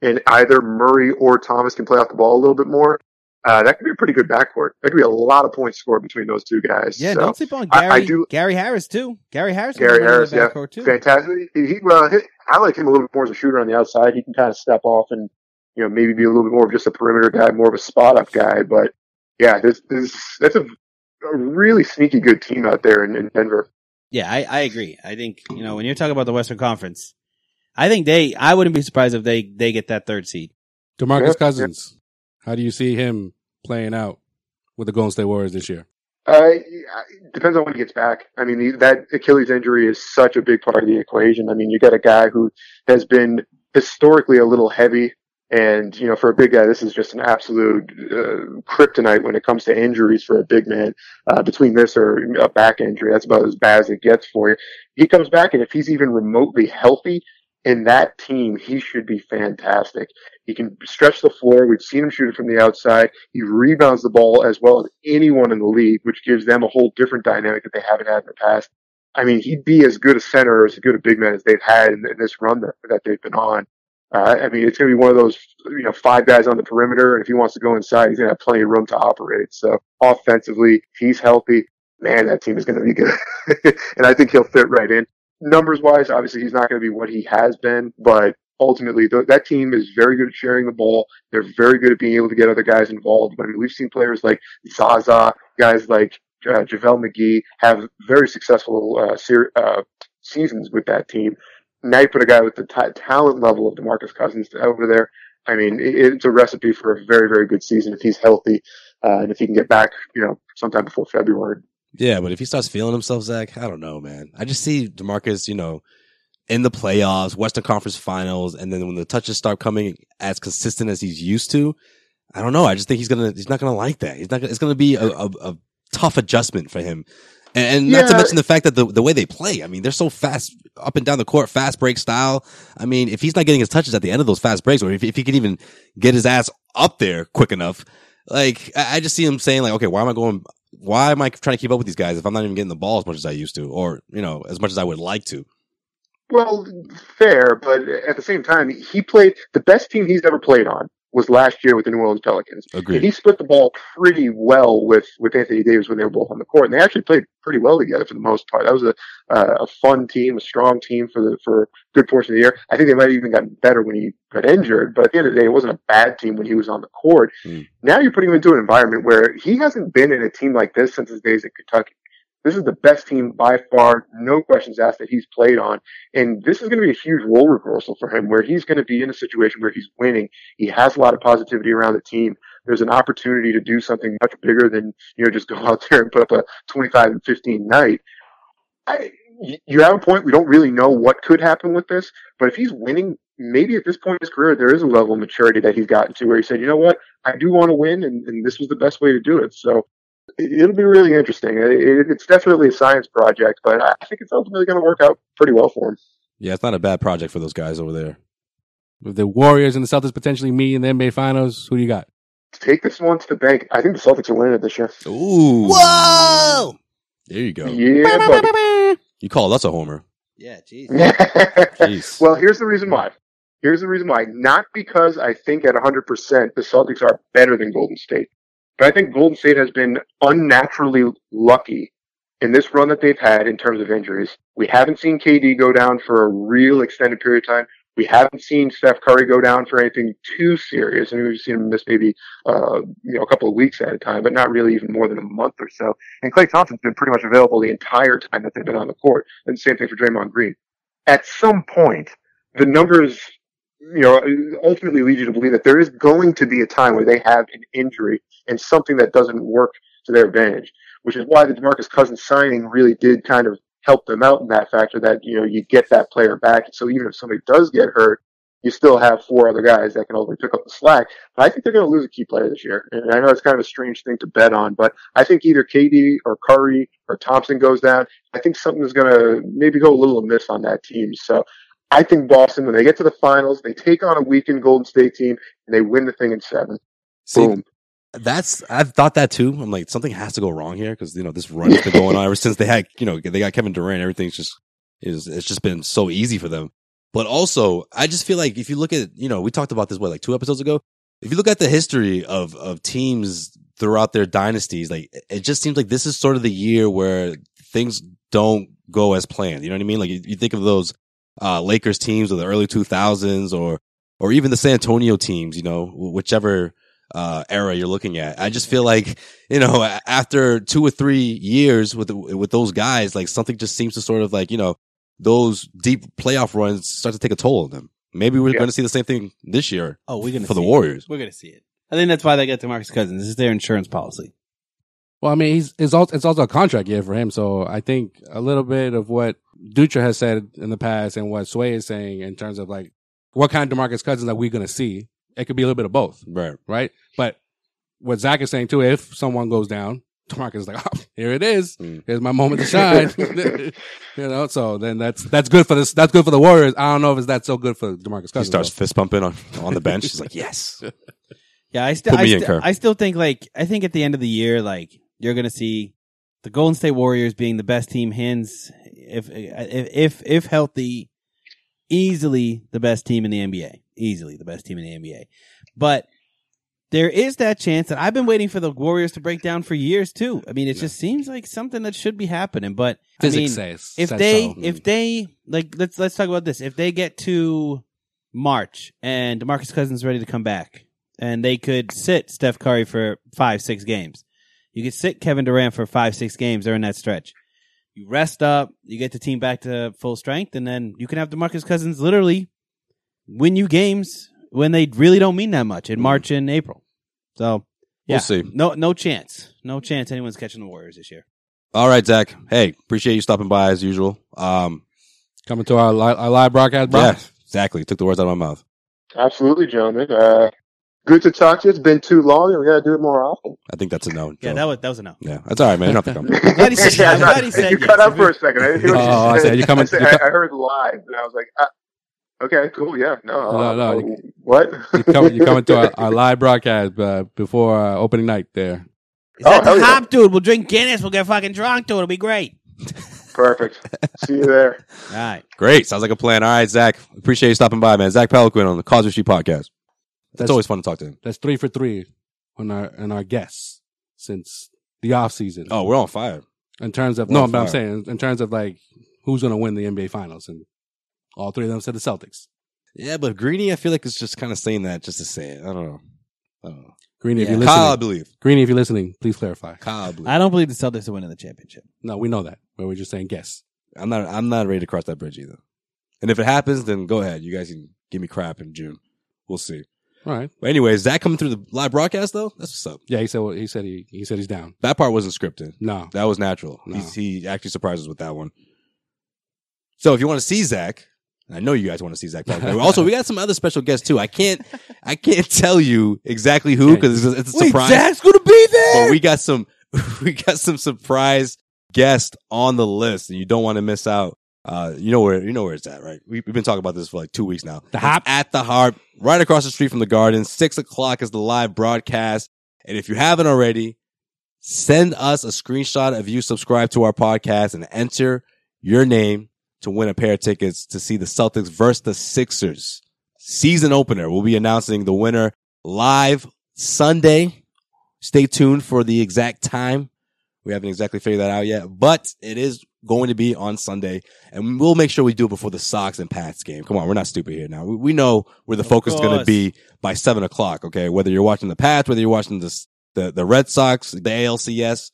S11: and either Murray or Thomas can play off the ball a little bit more. Uh, that could be a pretty good backcourt. That could be a lot of points scored between those two guys.
S4: yeah,
S11: so.
S4: don't sleep on
S11: I-
S4: Gary.
S11: I do-
S4: Gary Harris too. Gary Harris.
S11: Gary
S4: was running
S11: Harris,
S4: the
S11: yeah.
S4: backcourt, too.
S11: fantastic. He, he- well, he- I like him a little bit more as a shooter on the outside. He can kind of step off and you know maybe be a little bit more of just a perimeter guy, more of a spot up guy. But yeah, this, this that's a, a really sneaky good team out there in, in Denver.
S4: Yeah, I, I agree. I think you know when you're talking about the Western Conference, I think they. I wouldn't be surprised if they they get that third seed.
S6: Demarcus
S11: Yeah.
S6: Cousins. How do you see him playing out with the Golden State Warriors this year?
S11: Uh, it depends on when he gets back. I mean, the- that Achilles injury is such a big part of the equation. I mean, you got a guy who has been historically a little heavy, and you know, for a big guy, this is just an absolute uh, kryptonite when it comes to injuries for a big man. Uh, between this or a back injury, that's about as bad as it gets for you. He comes back, and if he's even remotely healthy in that team, he should be fantastic. He can stretch the floor. We've seen him shoot it from the outside. He rebounds the ball as well as anyone in the league, which gives them a whole different dynamic that they haven't had in the past. I mean, he'd be as good a center or as good a big man as they've had in, in this run that, that they've been on. Uh, I mean, it's going to be one of those, you know, five guys on the perimeter. And if he wants to go inside, he's going to have plenty of room to operate. So offensively, if he's healthy. Man, that team is going to be [laughs] good. and I think he'll fit right in. Numbers wise, obviously, he's not going to be what he has been, but ultimately th- that team is very good at sharing the ball. They're very good at being able to get other guys involved. I mean, we've seen players like Zaza, guys like uh, JaVale McGee have very successful uh, ser- uh, seasons with that team. Now you put a guy with the t- talent level of DeMarcus Cousins over there. I mean, it, it's a recipe for a very, very good season if he's healthy uh, and if he can get back, you know, sometime before February.
S5: Yeah, but if he starts feeling himself, Zach, I don't know, man. I just see Demarcus, you know, in the playoffs, Western Conference Finals, and then when the touches start coming as consistent as he's used to, I don't know. I just think he's gonna he's not gonna like that. He's not. Gonna, it's gonna be a, a, a tough adjustment for him. And, and not to
S11: Yeah.
S5: mention the fact that the, the way they play, I mean, they're so fast up and down the court, fast break style. I mean, if he's not getting his touches at the end of those fast breaks, or if, if he can even get his ass up there quick enough, like, I, I just see him saying, like, okay, why am I going, why am I trying to keep up with these guys if I'm not even getting the ball as much as I used to, or, you know, as much as I would like to?
S11: Well, fair, but at the same time, he played the best team he's ever played on was last year with the New Orleans Pelicans.
S5: Agreed.
S11: And he split the ball pretty well with, with Anthony Davis when they were both on the court, and they actually played pretty well together for the most part. That was a uh, a fun team, a strong team for the for a good portion of the year. I think they might have even gotten better when he got injured, but at the end of the day, it wasn't a bad team when he was on the court. Now you're putting him into an environment where he hasn't been in a team like this since his days at Kentucky. This is the best team by far, no questions asked that he's played on. And this is going to be a huge role reversal for him where he's going to be in a situation where he's winning. He has a lot of positivity around the team. There's an opportunity to do something much bigger than, you know, just go out there and put up a 25 and 15 night. I, y- you have a point. We don't really know what could happen with this, but if he's winning, maybe at this point in his career, there is a level of maturity that he's gotten to where he said, you know what, I do want to win, and, and this was the best way to do it. So it- it'll be really interesting. It, it, it's definitely a science project, but I I think it's ultimately going to work out pretty well for him.
S5: Yeah, it's not a bad project for those guys over there.
S6: With the Warriors and the Celtics potentially meet in the NBA Finals, who do you got?
S11: Take this one to the bank. I think the Celtics are winning it this year.
S5: Ooh.
S9: Whoa!
S5: There you go.
S11: Yeah, buddy.
S5: You called us a homer.
S9: Yeah, jeez.
S11: [laughs]
S5: Jeez.
S11: Well, here's the reason why. Here's the reason why. Not because I think at 100% the Celtics are better than Golden State, but I think Golden State has been unnaturally lucky in this run that they've had in terms of injuries. We haven't seen KD go down for a real extended period of time. We haven't seen Steph Curry go down for anything too serious. I mean, we've seen him miss maybe uh, you know a couple of weeks at a time, but not really even more than a month or so. And Clay Thompson's been pretty much available the entire time that they've been on the court. And same thing for Draymond Green. At some point, the numbers you know ultimately lead you to believe that there is going to be a time where they have an injury and something that doesn't work to their advantage, which is why the Demarcus Cousins signing really did kind of help them out in that factor that you know you get that player back. So even if somebody does get hurt, you still have four other guys that can ultimately pick up the slack. But I think they're going to lose a key player this year, and I know it's kind of a strange thing to bet on, but I think either KD or Curry or Thompson goes down. I think something is going to maybe go a little amiss on that team. So. I think Boston, when they get to the finals, they take on a weakened Golden State team and they win the thing in seven.
S5: See,
S11: Boom.
S5: that's I've thought that too. I'm like something has to go wrong here because you know this run has been going on ever since they had you know they got Kevin Durant. Everything's just is it's just been so easy for them. But also, I just feel like if you look at you know we talked about this what like two episodes ago. If you look at the history of of teams throughout their dynasties, like it- it just seems like this is sort of the year where things don't go as planned. You know what I mean? Like you, you think of those uh, Lakers teams of the early 2000s or or even the San Antonio teams, you know, wh- whichever uh, era you're looking at. I just feel like, you know, a- after two or three years with with those guys, like something just seems to sort of like, you know, those deep playoff runs start to take a toll on them. Maybe we're
S4: Yeah.
S5: going to see the same thing this year.
S4: Oh, we're gonna
S5: for the
S4: see it.
S5: Warriors.
S4: We're gonna see it. I think that's why they got Demarcus Cousins. This is their insurance policy.
S6: Well, I mean, he's it's also it's also a contract year for him, so I think a little bit of what Dutra has said in the past and what Sway is saying in terms of like what kind of Demarcus Cousins are we going to see? It could be a little bit of both,
S5: right?
S6: Right, but what Zach is saying too, if someone goes down, [laughs] Demarcus is like, oh, here it is,
S5: Mm.
S6: here's my moment
S5: [laughs]
S6: to shine, [laughs] you know. So then that's that's good for this. That's good for the Warriors. I don't know if it's that so good for Demarcus Cousins.
S5: He starts
S6: though.
S5: fist pumping on, on the bench. He's [laughs] like, yes.
S4: Yeah, I still,
S5: Put
S4: I,
S5: me in,
S4: sti-
S5: Kerr.
S4: I still think like I think at the end of the year, like you're gonna see the Golden State Warriors being the best team, hands if if if, if healthy, easily the best team in the NBA, easily the best team in the NBA. But there is that chance that I've been waiting for the Warriors to break down for years too. I mean, it just seems like something that should be happening. But I
S6: Physics
S4: mean,
S6: says-
S4: if
S6: says
S4: they
S6: so.
S4: if they like let's let's talk about this. If they get to March, and Demarcus Cousins is ready to come back, and they could sit Steph Curry for five, six games. You could sit Kevin Durant for five, six games during that stretch. You rest up, you get the team back to full strength, and then you can have Demarcus Cousins literally win you games when they really don't mean that much in March and April. So yeah,
S5: We'll see.
S4: No, no chance, no chance anyone's catching the Warriors this year.
S5: All right, Zach. Hey, appreciate you stopping by as usual. Um,
S6: Coming to our, li- our live broadcast, bro.
S5: yeah, exactly. Took the words out of my mouth.
S11: Absolutely, gentlemen. Uh, good to talk to you. It's been too long, and we got to do it more often.
S5: I think that's a no.
S4: Yeah,
S5: Joe.
S4: that was that was a no.
S5: yeah, that's all right, [laughs] man. You don't have to come.
S4: I'm glad he said,
S11: Yeah, [laughs]
S4: I'm glad he said
S11: you
S4: yes.
S11: cut up for a second. I didn't hear what you
S6: Oh, I
S11: said.
S6: see. You're coming-
S11: I, said-
S6: you're co-
S11: I- I heard live, and I was like, ah, okay, cool, yeah, no,
S6: No,
S11: uh,
S6: no,
S11: uh,
S6: you-
S11: what?
S6: You come, you coming
S11: [laughs]
S6: to our, our live broadcast uh, before uh, opening night there.
S4: Is that
S11: Oh, hell
S4: the
S11: yeah.
S4: hop, dude? We'll drink Guinness. We'll get fucking drunk, dude. It'll be great.
S11: Perfect. See you there.
S4: All right.
S5: Great. Sounds like a plan. All right, Zach. Appreciate you stopping by, man. Zach Peliquin on the Causeway Street podcast. It's
S6: That's-
S5: always fun to talk to him.
S6: That's three for three on our on our guests since the off season.
S5: Oh, we're on fire.
S6: in terms of
S5: Well,
S6: no, but I'm
S5: fire.
S6: saying in terms of like who's going to win the NBA Finals, and all three of them said the Celtics.
S5: Yeah, but Greeny, I feel like it's just kind of saying that just to say it. I don't know. I don't know.
S6: Greeny, if
S5: Yeah.
S6: you're listening,
S5: Kyle, I believe.
S6: Greeny, if you're listening, please clarify.
S5: Kyle, I believe.
S4: I don't believe the Celtics are winning the championship.
S6: No, we know that. But we're just saying guess.
S5: I'm not. I'm not ready to cross that bridge either. And if it happens, then go ahead. You guys can give me crap in June. We'll see.
S6: All right.
S5: But anyways, that coming through the live broadcast though, that's what's up.
S6: Yeah, he said. Well, he said he he said he's down.
S5: That part wasn't scripted.
S6: No,
S5: That was natural.
S6: No.
S5: He's, he actually surprised us with that one. So if you want to see Zach, and I know you guys want to see Zach.
S6: [laughs]
S5: Pelican. also, we got some other special guests too. I can't, I can't tell you exactly who because it's, a- it's a surprise.
S4: gonna be
S5: but we got some, [laughs] we got some surprise guests on the list, and you don't want to miss out. Uh, you know where you know where it's at, right? We, we've been talking about this for like two weeks now.
S6: The Hop.
S5: It's at the Harp, right across the street from the Garden. Six o'clock is the live broadcast, and if you haven't already, send us a screenshot of you subscribe to our podcast and enter your name to win a pair of tickets to see the Celtics versus the Sixers season opener. We'll be announcing the winner live Sunday. Stay tuned for the exact time. We haven't exactly figured that out yet, but it is going to be on Sunday, and we'll make sure we do it before the Sox and Pats game. Come on, we're not stupid here now. We, we know where the focus is going to
S4: course.
S5: be by seven o'clock. Okay, whether you're watching the Pats, whether you're watching the the, the Red Sox, the ALCS,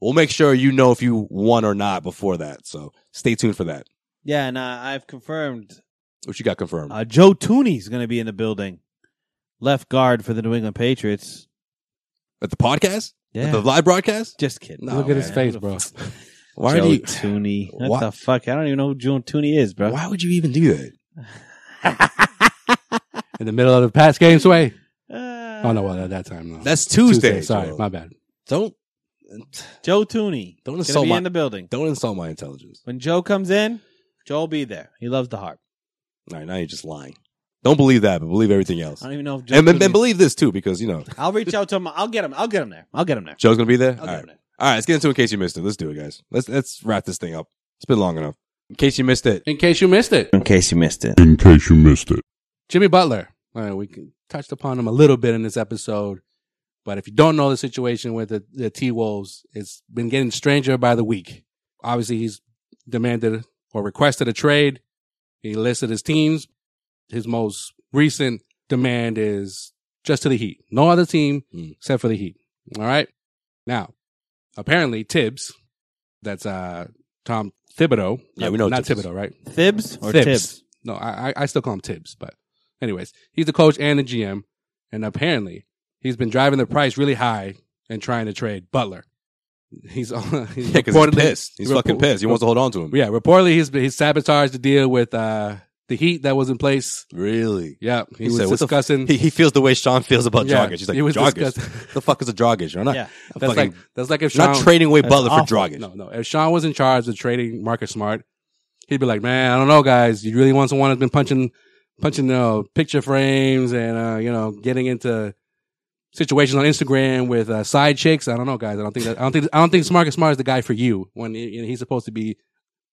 S5: we'll make sure you know if you won or not before that. So stay tuned for that.
S4: Yeah, and uh, I've confirmed
S5: What you got confirmed?
S4: uh, Joe Tooney's gonna be in the building, left guard for the New England Patriots.
S5: At the podcast?
S4: Yeah,
S5: At the live broadcast?
S4: just kidding.
S5: No,
S6: look at his
S5: man.
S6: face, bro.
S5: Why
S4: Joe
S5: do you?
S4: Tooney? What,
S5: Why-
S4: the fuck? I don't even know who Joe Tooney is, bro.
S5: Why would you even do that?
S6: In the middle of the past game, sway.
S4: Uh,
S6: Oh no, well at that time, no.
S5: That's Tuesday.
S6: Sorry,
S5: Joel.
S6: my bad.
S5: don't
S4: Joe Tooney.
S5: Don't
S4: gonna
S5: insult
S4: be
S5: my-
S4: in the building.
S5: don't insult my intelligence.
S4: When Joe comes in, Joe'll be there. He loves the harp.
S5: All right, now you're just lying. Don't believe that, but believe everything else.
S4: I don't even know if Joe.
S5: And, and,
S4: Tooney-
S5: and believe this too, because you know
S4: I'll reach out to him. I'll get him. I'll get him there. I'll get him there.
S5: Joe's gonna be there.
S4: I'll
S5: All
S4: get
S5: right.
S4: him there.
S5: All right, let's get into it in case you missed it. Let's do it, guys. Let's let's wrap this thing up. It's been long enough. In case you missed it,
S6: In case you missed it,
S4: In case you missed it.
S10: In case you missed it.
S6: Jimmy Butler. All right, we can- touched upon him a little bit in this episode, but if you don't know the situation with the, the T Wolves, it's been getting stranger by the week. Obviously, he's demanded or requested a trade. He listed his teams. His most recent demand is just to the Heat. No other team
S5: Hmm.
S6: except for the Heat. All right. Now, apparently Tibbs, that's uh Tom Thibodeau.
S5: Yeah, we know
S6: not
S5: Tibbs.
S6: Thibodeau, right?
S4: Thibs or
S6: Thibs.
S4: Tibbs?
S6: No, I, I I still call him Tibbs, but anyways, he's the coach and the GM, and apparently he's been driving the price really high and trying to trade Butler. He's, [laughs] he's
S5: yeah, because he's pissed. He's fucking pissed. He wants to hold on to him.
S6: Yeah, reportedly he's he's sabotaged the deal with uh, the Heat that was in place.
S5: Really?
S6: Yeah, he,
S5: He
S6: was
S5: said, "What the f-
S6: discussing.
S5: He, he feels the way Sean feels about
S6: Yeah,
S5: Dragic. He's like,
S6: he was
S5: Dragic, [laughs]
S6: discuss-
S5: the fuck is a Dragic? You're not,
S4: Yeah.
S5: a
S6: that's
S5: fucking-
S6: like that's like if
S5: you're
S6: Sean
S5: not trading away Butler for
S4: awful.
S5: Dragic.
S6: No, no. If Sean was in charge of trading Marcus Smart, he'd be like, "Man, I don't know, guys. You really want someone that's been punching, punching uh, picture frames and uh, you know getting into situations on Instagram with uh, side chicks. I don't know, guys. I don't think that, I don't think I don't think Marcus Smart is the guy for you when he- you know, he's supposed to be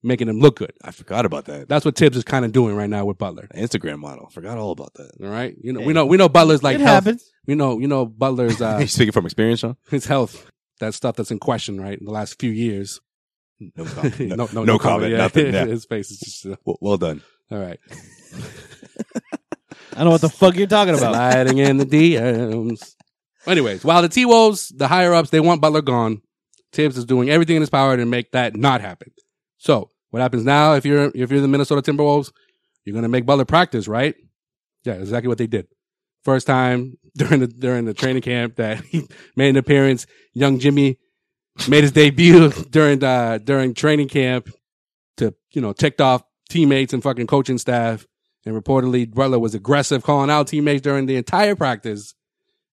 S6: making him look good.
S5: I forgot about that.
S6: That's what Tibbs is kind of doing right now with Butler.
S5: The Instagram model. Forgot all about that.
S6: All right, you know we know we know Butler's like
S4: it
S6: health.
S4: happens.
S6: You know you know Butler's uh,
S5: [laughs] you speaking from experience, Sean?
S6: his health. That stuff that's in question, right? In the last few years.
S5: [laughs] No comment.
S6: [laughs] no,
S5: No,
S6: no, no,
S5: comment.
S6: [laughs]
S5: [laughs]
S6: yeah.
S5: Nothing. Yeah.
S6: His face is just uh,
S5: Well, well done.
S6: all right.
S4: I don't know what the fuck you're talking about.
S6: Sliding in the DMs. Anyways, while the T Wolves, the higher ups, they want Butler gone, Tibbs is doing everything in his power to make that not happen. So what happens now if you're if you're the Minnesota Timberwolves, you're gonna make Butler practice, right? Yeah, exactly what they did. First time during the during the training camp that [laughs] he made an appearance, young Jimmy made his debut [laughs] during uh during training camp to you know ticked off teammates and fucking coaching staff. And reportedly, Butler was aggressive, calling out teammates during the entire practice.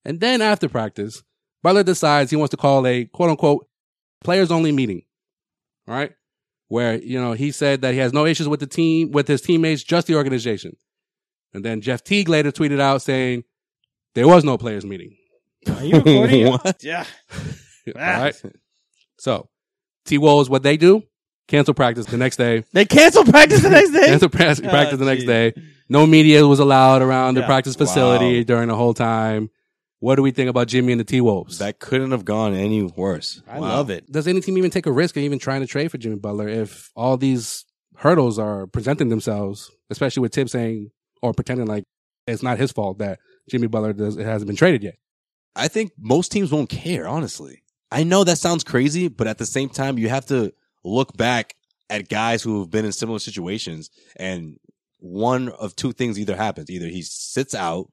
S6: And then after practice, Butler decides he wants to call a quote unquote players only meeting. All right. Where, you know, he said that he has no issues with the team, with his teammates, just the organization. And then Jeff Teague later tweeted out saying there was no players meeting. [laughs]
S4: Are you recording?
S6: What?
S4: Yeah.
S6: All right. So T Wolves, what they do, cancel practice the
S4: [laughs]
S6: next day.
S4: They cancel practice the next day.
S6: Cancel practice, practice the next
S4: Ah,
S6: day. No media was allowed around the
S4: Yeah.
S6: practice facility during the whole time. What do we think about Jimmy and the T Wolves?
S5: That couldn't have gone any worse.
S4: I love it.
S6: Does any team even take a risk of even trying to trade for Jimmy Butler if all these hurdles are presenting themselves, especially with Tibbs saying or pretending like it's not his fault that Jimmy Butler does, it hasn't been traded yet?
S5: I think most teams won't care, honestly. I know that sounds crazy, but at the same time, you have to look back at guys who have been in similar situations, and one of two things either happens: either he sits out.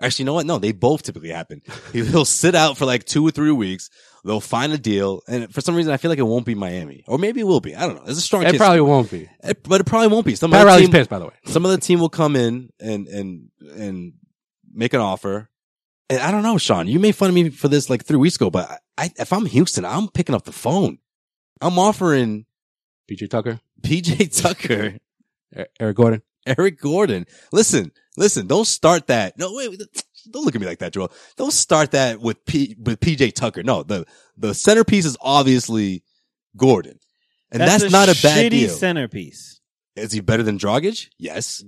S5: Actually, you know what? No, they both typically happen. [laughs] He- He'll sit out for like two or three weeks. They'll find a deal, and for some reason, I feel like it won't be Miami, or maybe it will be. I don't know. It's a strong.
S6: It
S5: chance.
S6: probably won't be.
S5: It- but it probably won't be. Some
S6: Pat
S5: other
S6: Riley's
S5: team-
S6: pissed, by the way.
S5: some other team will come in and and and make an offer. And I don't know, Sean. You made fun of me for this like three weeks ago, but I, I if I'm Houston, I'm picking up the phone. I'm offering
S6: PJ Tucker,
S5: PJ [laughs] Tucker,
S6: E- Eric Gordon.
S5: Eric Gordon. Listen, listen. Don't start that. No, wait. Don't look at me like that, Joel. Don't start that with P with PJ Tucker. No, the the centerpiece is obviously Gordon, and that's, not a
S4: shitty
S5: bad deal.
S4: centerpiece. Mm.
S5: is he better than Drogic? Yes.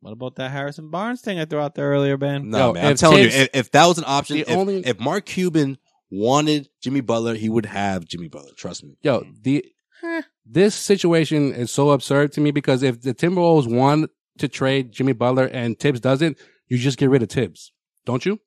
S4: What about that Harrison Barnes thing I threw out there earlier, Ben?
S5: No,
S6: Yo,
S5: man. I'm
S6: if
S5: telling
S6: Tibbs-
S5: you, if, if that was an option,
S6: the
S5: if,
S6: only-
S5: if Mark Cuban wanted Jimmy Butler, he would have Jimmy Butler. Trust me.
S6: Yo, the this situation is so absurd to me because if the Timberwolves want to trade Jimmy Butler and Tibbs doesn't, you just get rid of Tibbs, don't you?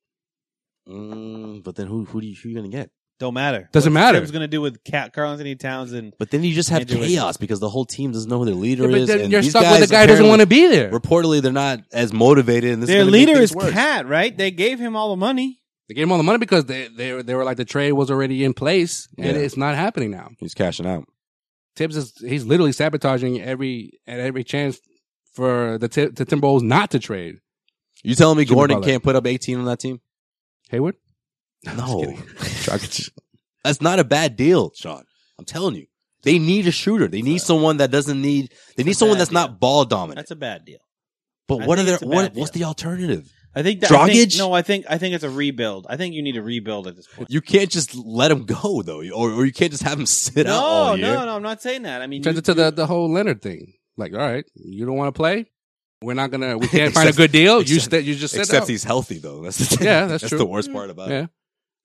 S5: Mm, but then who who do you, who you gonna get?
S4: Don't matter.
S6: Doesn't matter.
S4: What's going to do with Cat Carl Anthony Towns and
S5: But then you just have
S4: Andrew Wiggins.
S5: chaos because the whole team doesn't know who their leader
S6: Yeah, but
S5: is.
S6: then
S5: and
S6: you're
S5: these
S6: stuck with
S5: guys
S6: a guy who doesn't
S5: apparently-
S6: want to be there.
S5: Reportedly, they're not as motivated, and this
S4: their
S5: is gonna make
S4: leader
S5: things
S4: is
S5: worse.
S4: Cat, right? They gave him all the money.
S6: They gave him all the money because they they they were like the trade was already in place and
S5: Yeah.
S6: it's not happening now.
S5: He's cashing out.
S6: Tibbs is he's literally sabotaging every at every chance for the, t- the Timberwolves not to trade
S5: You telling me
S6: Jimmy
S5: Gordon
S6: Butler.
S5: can't put up 18 on that [laughs] team?
S6: Hayward.
S5: No, [laughs] Drogic. that's not a bad deal, Sean. I'm telling you, they need a shooter. They need someone that doesn't need. They need
S4: a
S5: someone
S4: bad
S5: that's
S4: deal.
S5: not ball dominant.
S4: That's a bad deal.
S5: but
S4: I
S5: what are
S4: think
S5: their
S4: it's a
S5: what,
S4: bad
S5: What's
S4: deal.
S5: the alternative?
S4: I think that, I think-
S5: Dragic?
S4: no, I think I think it's a rebuild. I think you need to rebuild at this point.
S5: You can't just let him go though, or, or you can't just have him sit out
S4: No,
S5: all year.
S4: no, no, I'm not saying that. I mean,
S6: Turns
S4: you-
S6: into the
S4: you-
S6: the whole Leonard thing. Like, all right, you don't want to play. We're not
S5: [laughs]
S6: gonna. We can't find a
S5: Except-
S6: good deal. you
S5: except-
S6: st- you just sit
S5: Except
S6: out.
S5: he's healthy though. That's the
S6: Yeah, that's true. Mm,
S5: the worst part about
S6: Yeah.
S5: it.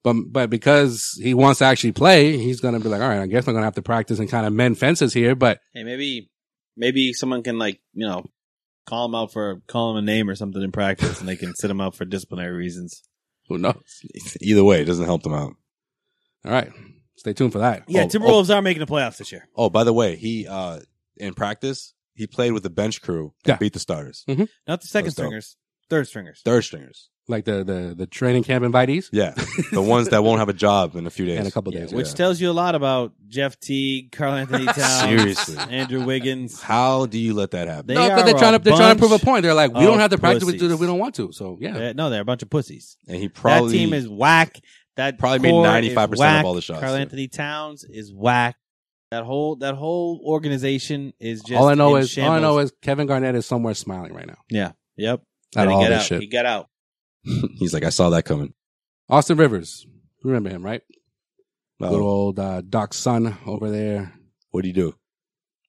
S6: But but because he wants to actually play, he's gonna be like, all right, I guess I'm gonna have to practice and kind of mend fences here. But
S4: hey, maybe maybe someone can like you know call him out for call him a name or something in practice, and they can sit him out for disciplinary reasons.
S6: who knows?
S5: Either way, it doesn't help them out.
S6: All right, stay tuned for that.
S4: Yeah,
S5: Oh,
S4: Timberwolves are making the playoffs this year.
S5: Oh, by the way, he uh in practice he played with the bench crew and
S6: Yeah.
S5: beat the starters,
S4: Not the second
S5: That's dope.
S4: stringers, third stringers.
S5: third stringers.
S6: Like the the the training camp
S4: [laughs]
S6: invitees
S5: Yeah,
S6: [laughs]
S5: the ones that won't have a job in a few days
S6: in a couple days.
S4: Which
S5: Yeah.
S4: tells you a lot about Jeff Teague, Carl [laughs] Anthony Towns,
S5: Seriously.
S4: Andrew Wiggins.
S5: How do you let that happen?
S4: They
S6: no,
S4: are
S6: because they're trying to
S4: a
S6: they're trying to
S4: bunch-
S6: prove a point. They're like, we
S4: of
S6: don't have to practice with
S4: pussies.
S6: you if we don't want to. So yeah,
S4: they're- no, they're a bunch of pussies.
S5: and he probably
S4: that team is whack. That
S5: Probably made
S4: core is
S5: 95% of
S4: whack.
S5: all the shots,
S4: Carl
S5: yeah.
S4: Anthony Towns is whack. That whole that whole organization is just
S6: all I know
S4: in
S6: is all I know
S4: shambles.
S6: is Kevin Garnett is somewhere smiling right now.
S4: yeah, yep.
S6: Out
S4: And
S6: of
S4: he
S6: all
S4: got
S6: this
S4: out.
S6: shit,
S4: He got out.
S5: He's like, I saw that coming.
S6: Austin Rivers, you remember him, right?
S4: Oh.
S5: No.
S6: Good old uh, Doc's son over there
S5: What do you do?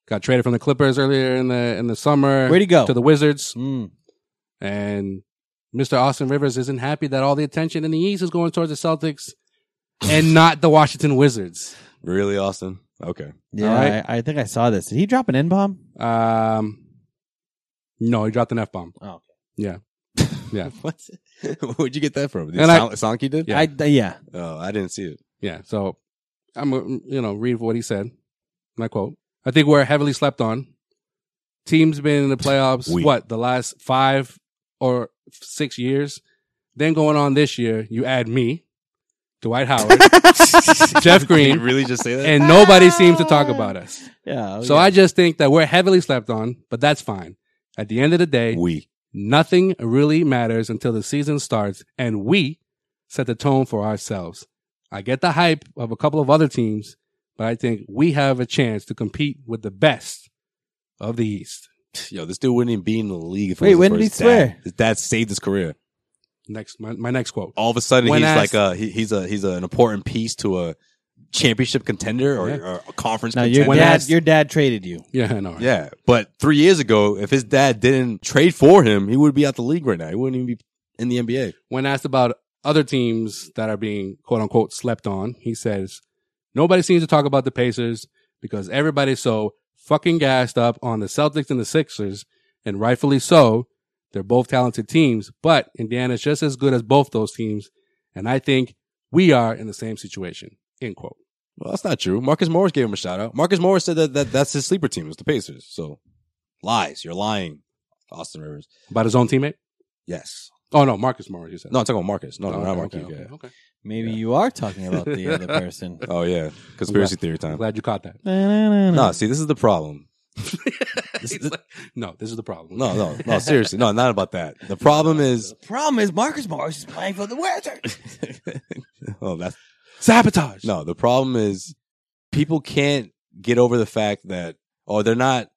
S6: got traded from the Clippers earlier in the in the summer.
S4: Where'd he go?
S6: To the Wizards,
S4: Mm.
S6: and Mr. Austin Rivers isn't happy that all the attention in the East is going towards the Celtics and not the Washington Wizards.
S5: Really, Austin? Okay.
S4: Yeah,
S6: All right.
S4: I, I think I saw this. Did he drop an N bomb?
S6: Um, no, he dropped an F bomb.
S4: Oh.
S6: yeah, Yeah.
S5: [laughs] what? Where'd you get that from? Did
S6: And I-
S5: Son- Sonkey did?
S6: Yeah. I-
S10: uh, yeah.
S5: Oh, I didn't
S10: [laughs]
S5: see it.
S6: Yeah. So I'm, uh, you know, read what he said. And I quote, I think we're heavily slept on. Team's been in the playoffs,
S5: We.
S6: what, the last five or six years? Then going on this year, you add me, Dwight Howard, Jeff
S5: Did
S6: Green,
S5: you really just say that?
S6: and nobody seems to talk about us.
S4: Oh,
S10: Oh, Yeah.
S6: So I just think that we're heavily slept on, but that's fine. At the end of the day,
S5: we.
S6: nothing really matters until the season starts and we set the tone for ourselves. I get the hype of a couple of other teams, but I think we have a chance to compete with the best of the East.
S5: Yo, this dude wouldn't even be in the league if it
S10: Wait,
S5: wasn't
S10: when
S5: for
S10: did he
S5: his dad.
S10: swear?
S5: His dad saved his career.
S6: Next, my, my next quote.
S5: All of a sudden,
S6: When
S5: he's like
S6: asked-
S5: a he, he's a he's an important piece to a championship contender or,
S6: Yeah.
S5: or a conference
S10: Now your
S5: contender.
S6: When
S10: dad,
S6: asked-
S10: your dad traded you.
S6: Yeah, I know. right?
S5: yeah, but three years ago, if his dad didn't trade for him, he would be out the league right now. He wouldn't even be in the NBA.
S6: When asked about other teams that are being quote unquote slept on, he says, nobody seems to talk about the Pacers because everybody's so fucking gassed up on the Celtics and the Sixers, and rightfully so. They're both talented teams, but Indiana's just as good as both those teams. And I think we are in the same situation. End quote.
S5: Well, that's not true. Marcus Morris gave him a shout out. Marcus Morris said that, that that's his sleeper team. It's the Pacers. So lies. You're lying, Austin Rivers.
S6: About his own teammate?
S5: Yes.
S6: Oh no, Marcus Morris, you said.
S5: No, I'm talking about Marcus. No,
S6: Oh,
S5: no,
S6: okay,
S5: not
S6: okay,
S5: Marcus.
S6: okay,
S5: yeah.
S6: okay.
S10: Maybe you are talking about the
S6: [laughs]
S10: other person.
S5: Oh yeah, conspiracy theory
S6: I'm
S5: time.
S6: glad you
S5: [laughs]
S6: caught that.
S5: No, see, this is the problem.
S6: He's like, no, this is the problem.
S5: No, no, no. Seriously, no, not about that. The problem
S6: [laughs]
S5: is,
S10: Problem is, Marcus Morris is playing for the Wizards.
S5: [laughs] oh, that's
S6: Sabotage.
S5: no. The problem is, people can't get over the fact that, or they're not,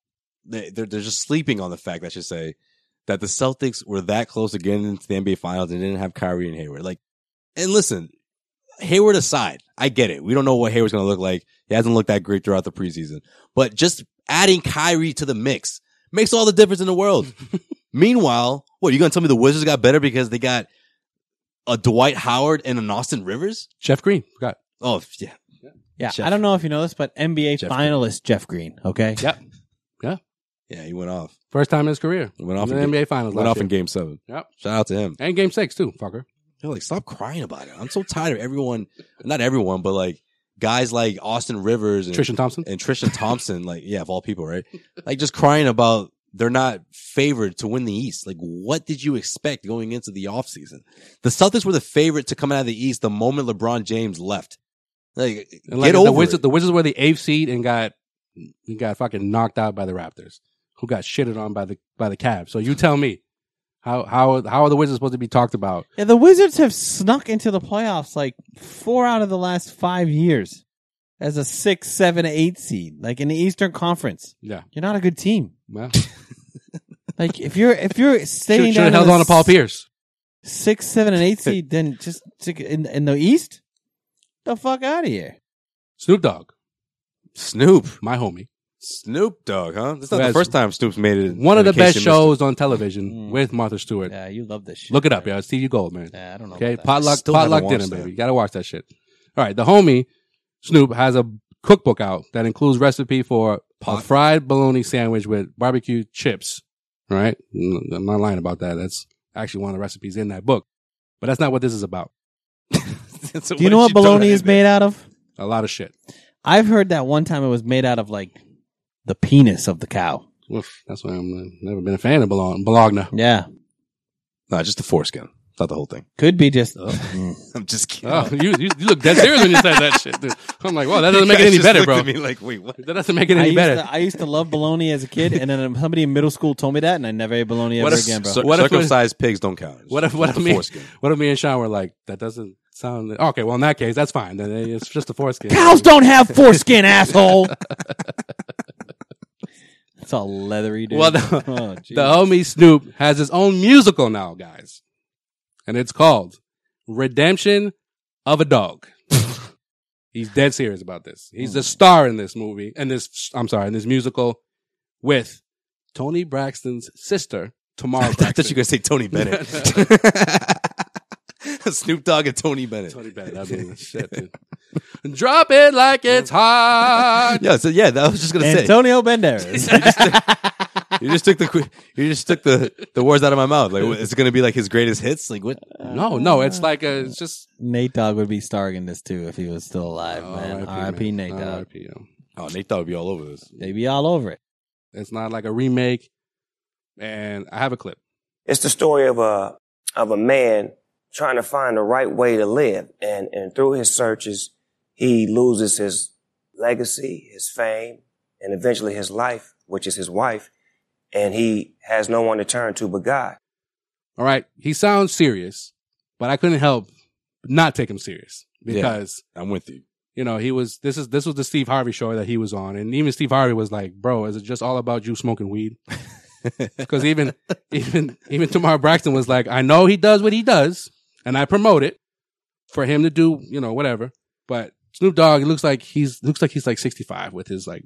S5: they- they're they're just sleeping on the fact. I should say that the Celtics were that close to getting into the NBA Finals and didn't have Kyrie and Hayward. Like, and listen, Hayward aside, I get it. We don't know what Hayward's going to look like. He hasn't looked that great throughout the preseason, but just adding Kyrie to the mix makes all the difference in the world. Meanwhile, what you going to tell me the Wizards got better because they got a Dwight Howard and an Austin Rivers?
S6: Jeff Green. Forgot.
S5: Oh yeah,
S10: Yeah,
S5: Jeff-
S10: I don't know if you know this, but NBA
S5: Jeff Green.
S10: finalist Jeff Green. Okay,
S6: Yep.
S5: yeah, he went off.
S6: First time in his career.
S5: He went off.
S6: in
S5: In
S6: the
S5: game,
S6: NBA Finals.
S5: went
S6: last
S5: off in
S6: year.
S5: Game Seven.
S6: Yep.
S5: Shout out to him.
S6: And game six too, fucker.
S5: Yo, like, stop crying about it. I'm so tired of everyone. Not everyone, but like guys like Austin Rivers and
S6: Trishan Thompson.
S5: and Trishan Thompson, like, yeah, of all people, right? Like, just crying about they're not favored to win the East. Like, what did you expect going into the offseason? The Celtics were the favorite to come out of the East the moment LeBron James left. Like,
S6: And
S5: get
S6: like the
S5: over
S6: Wizards,
S5: it.
S6: the Wizards were the eighth seed and got and got fucking knocked out by the Raptors, who got shitted on by the by the Cavs. So you tell me, how how how are the Wizards supposed to be talked about?
S10: yeah, the Wizards have snuck into the playoffs like four out of the last five years as a six, seven, eight seed, like in the Eastern Conference.
S6: Yeah,
S10: You're not a good team.
S5: [laughs]
S6: well,
S10: Like if you're if you're sitting
S6: should
S10: down
S6: have
S10: in
S6: held
S10: the
S6: on to Paul Pierce.
S10: six, seven, and eight seed, then just to, in in the East, the fuck out of here.
S6: Snoop Dogg,
S5: Snoop.
S6: my homie,
S5: Snoop Dogg, huh? That's not
S6: Who
S5: the
S6: has-
S5: first time Snoop's made it.
S6: one
S5: in
S6: of the
S5: case
S6: best
S5: you missed it.
S6: shows on television
S10: Mm.
S6: with Martha Stewart.
S10: Yeah, you love this shit.
S6: Look it up, yeah. It's TV Gold, man.
S10: Yeah, I don't know.
S6: Okay,
S10: about that.
S6: potluck,
S5: Still haven't
S6: potluck dinner,
S5: watched that.
S6: baby. You gotta watch that shit. All right, the homie Snoop has a cookbook out that includes recipe for a
S5: Pot.
S6: fried bologna sandwich with barbecue chips. All right, Mm, I'm not lying about that. That's actually one of the recipes in that book, but that's not what this is about.
S5: [laughs] So
S10: Do you know
S5: did
S10: what
S5: she throw
S10: bologna
S5: that
S10: is
S5: in there?
S10: made out of?
S6: A lot of shit.
S10: I've heard that one time it was made out of like the penis of the cow.
S6: Oof, that's why I'm uh, never been a fan of bologna. Bologna.
S10: Yeah,
S5: Nah, just the foreskin. Not the whole thing.
S10: could be just. [laughs]
S5: [laughs] I'm just kidding.
S6: Oh, you, you you look dead serious when you said that shit. Dude. I'm like,
S5: [laughs]
S6: wow, that doesn't make
S5: You
S6: it
S5: guys
S6: any
S5: just
S6: better,
S5: looked
S6: bro.
S5: at me like, wait, what?
S6: That doesn't make it
S10: I
S6: any
S10: used,
S6: better.
S10: to, I used to love bologna as a kid, and then [laughs] somebody in middle school told me that, and I never ate bologna
S5: What
S10: ever
S5: if,
S10: again, bro. Oh,
S5: cir-
S6: What if-
S5: circumcised pigs don't [laughs] count?
S6: What if what
S5: Just
S6: if
S5: the
S6: me
S5: [laughs] foreskin.
S6: what if me and Sean were like that doesn't sound okay? Well, in that case, that's fine. Then it's just a foreskin.
S10: Cows don't have
S6: [laughs]
S10: foreskin, asshole. It's all leathery, dude.
S6: Well, the-
S10: Oh,
S6: [laughs] The
S10: jeez.
S6: homie Snoop has his own musical now, guys, and it's called Redemption of a Dog.
S5: [laughs]
S6: He's dead serious about this. He's
S5: Oh.
S6: the star in this movie, and this I'm sorry, in this musical with Tony Braxton's sister,
S5: [laughs]
S6: Tamara.
S5: I thought you were
S6: Braxton.
S5: going to say Tony [laughs] Bennett. Snoop Dogg and Tony Bennett.
S6: Tony
S5: [laughs]
S6: Bennett. That'd be the shit, dude. Drop it like it's hot. [laughs]
S5: Yeah, so yeah, that I was just going to say.
S10: Antonio Banderas.
S5: You just took the qu- you just took the the words out of my mouth. Like what, it's gonna be like his greatest hits. Like what?
S6: No, no, it's like a, it's just oh,
S4: Nate Dogg would be starring this too if he was still alive, man. R.I.P. Nate Dogg.
S6: RIP, yeah.
S5: Oh, Nate Dogg would be all over this.
S4: They be all over it.
S6: It's not like a remake. And I have a clip.
S8: It's the story of a of a man trying to find the right way to live, and and through his searches, he loses his legacy, his fame, and eventually his life, which is his wife, and he has no one to turn to but God.
S6: All right, he sounds serious, but I couldn't help not take him serious
S5: Yeah.
S6: because
S5: I'm with [laughs] you.
S6: you know he was this is this was the Steve Harvey show that he was on, and even Steve Harvey was like, "Bro, is it just all about you smoking weed?" Because even even even Tamar Braxton was like, "I know he does what he does, and I promote it for him to do, you know, whatever." But Snoop Dogg, it looks like he's looks like he's like 65 with his like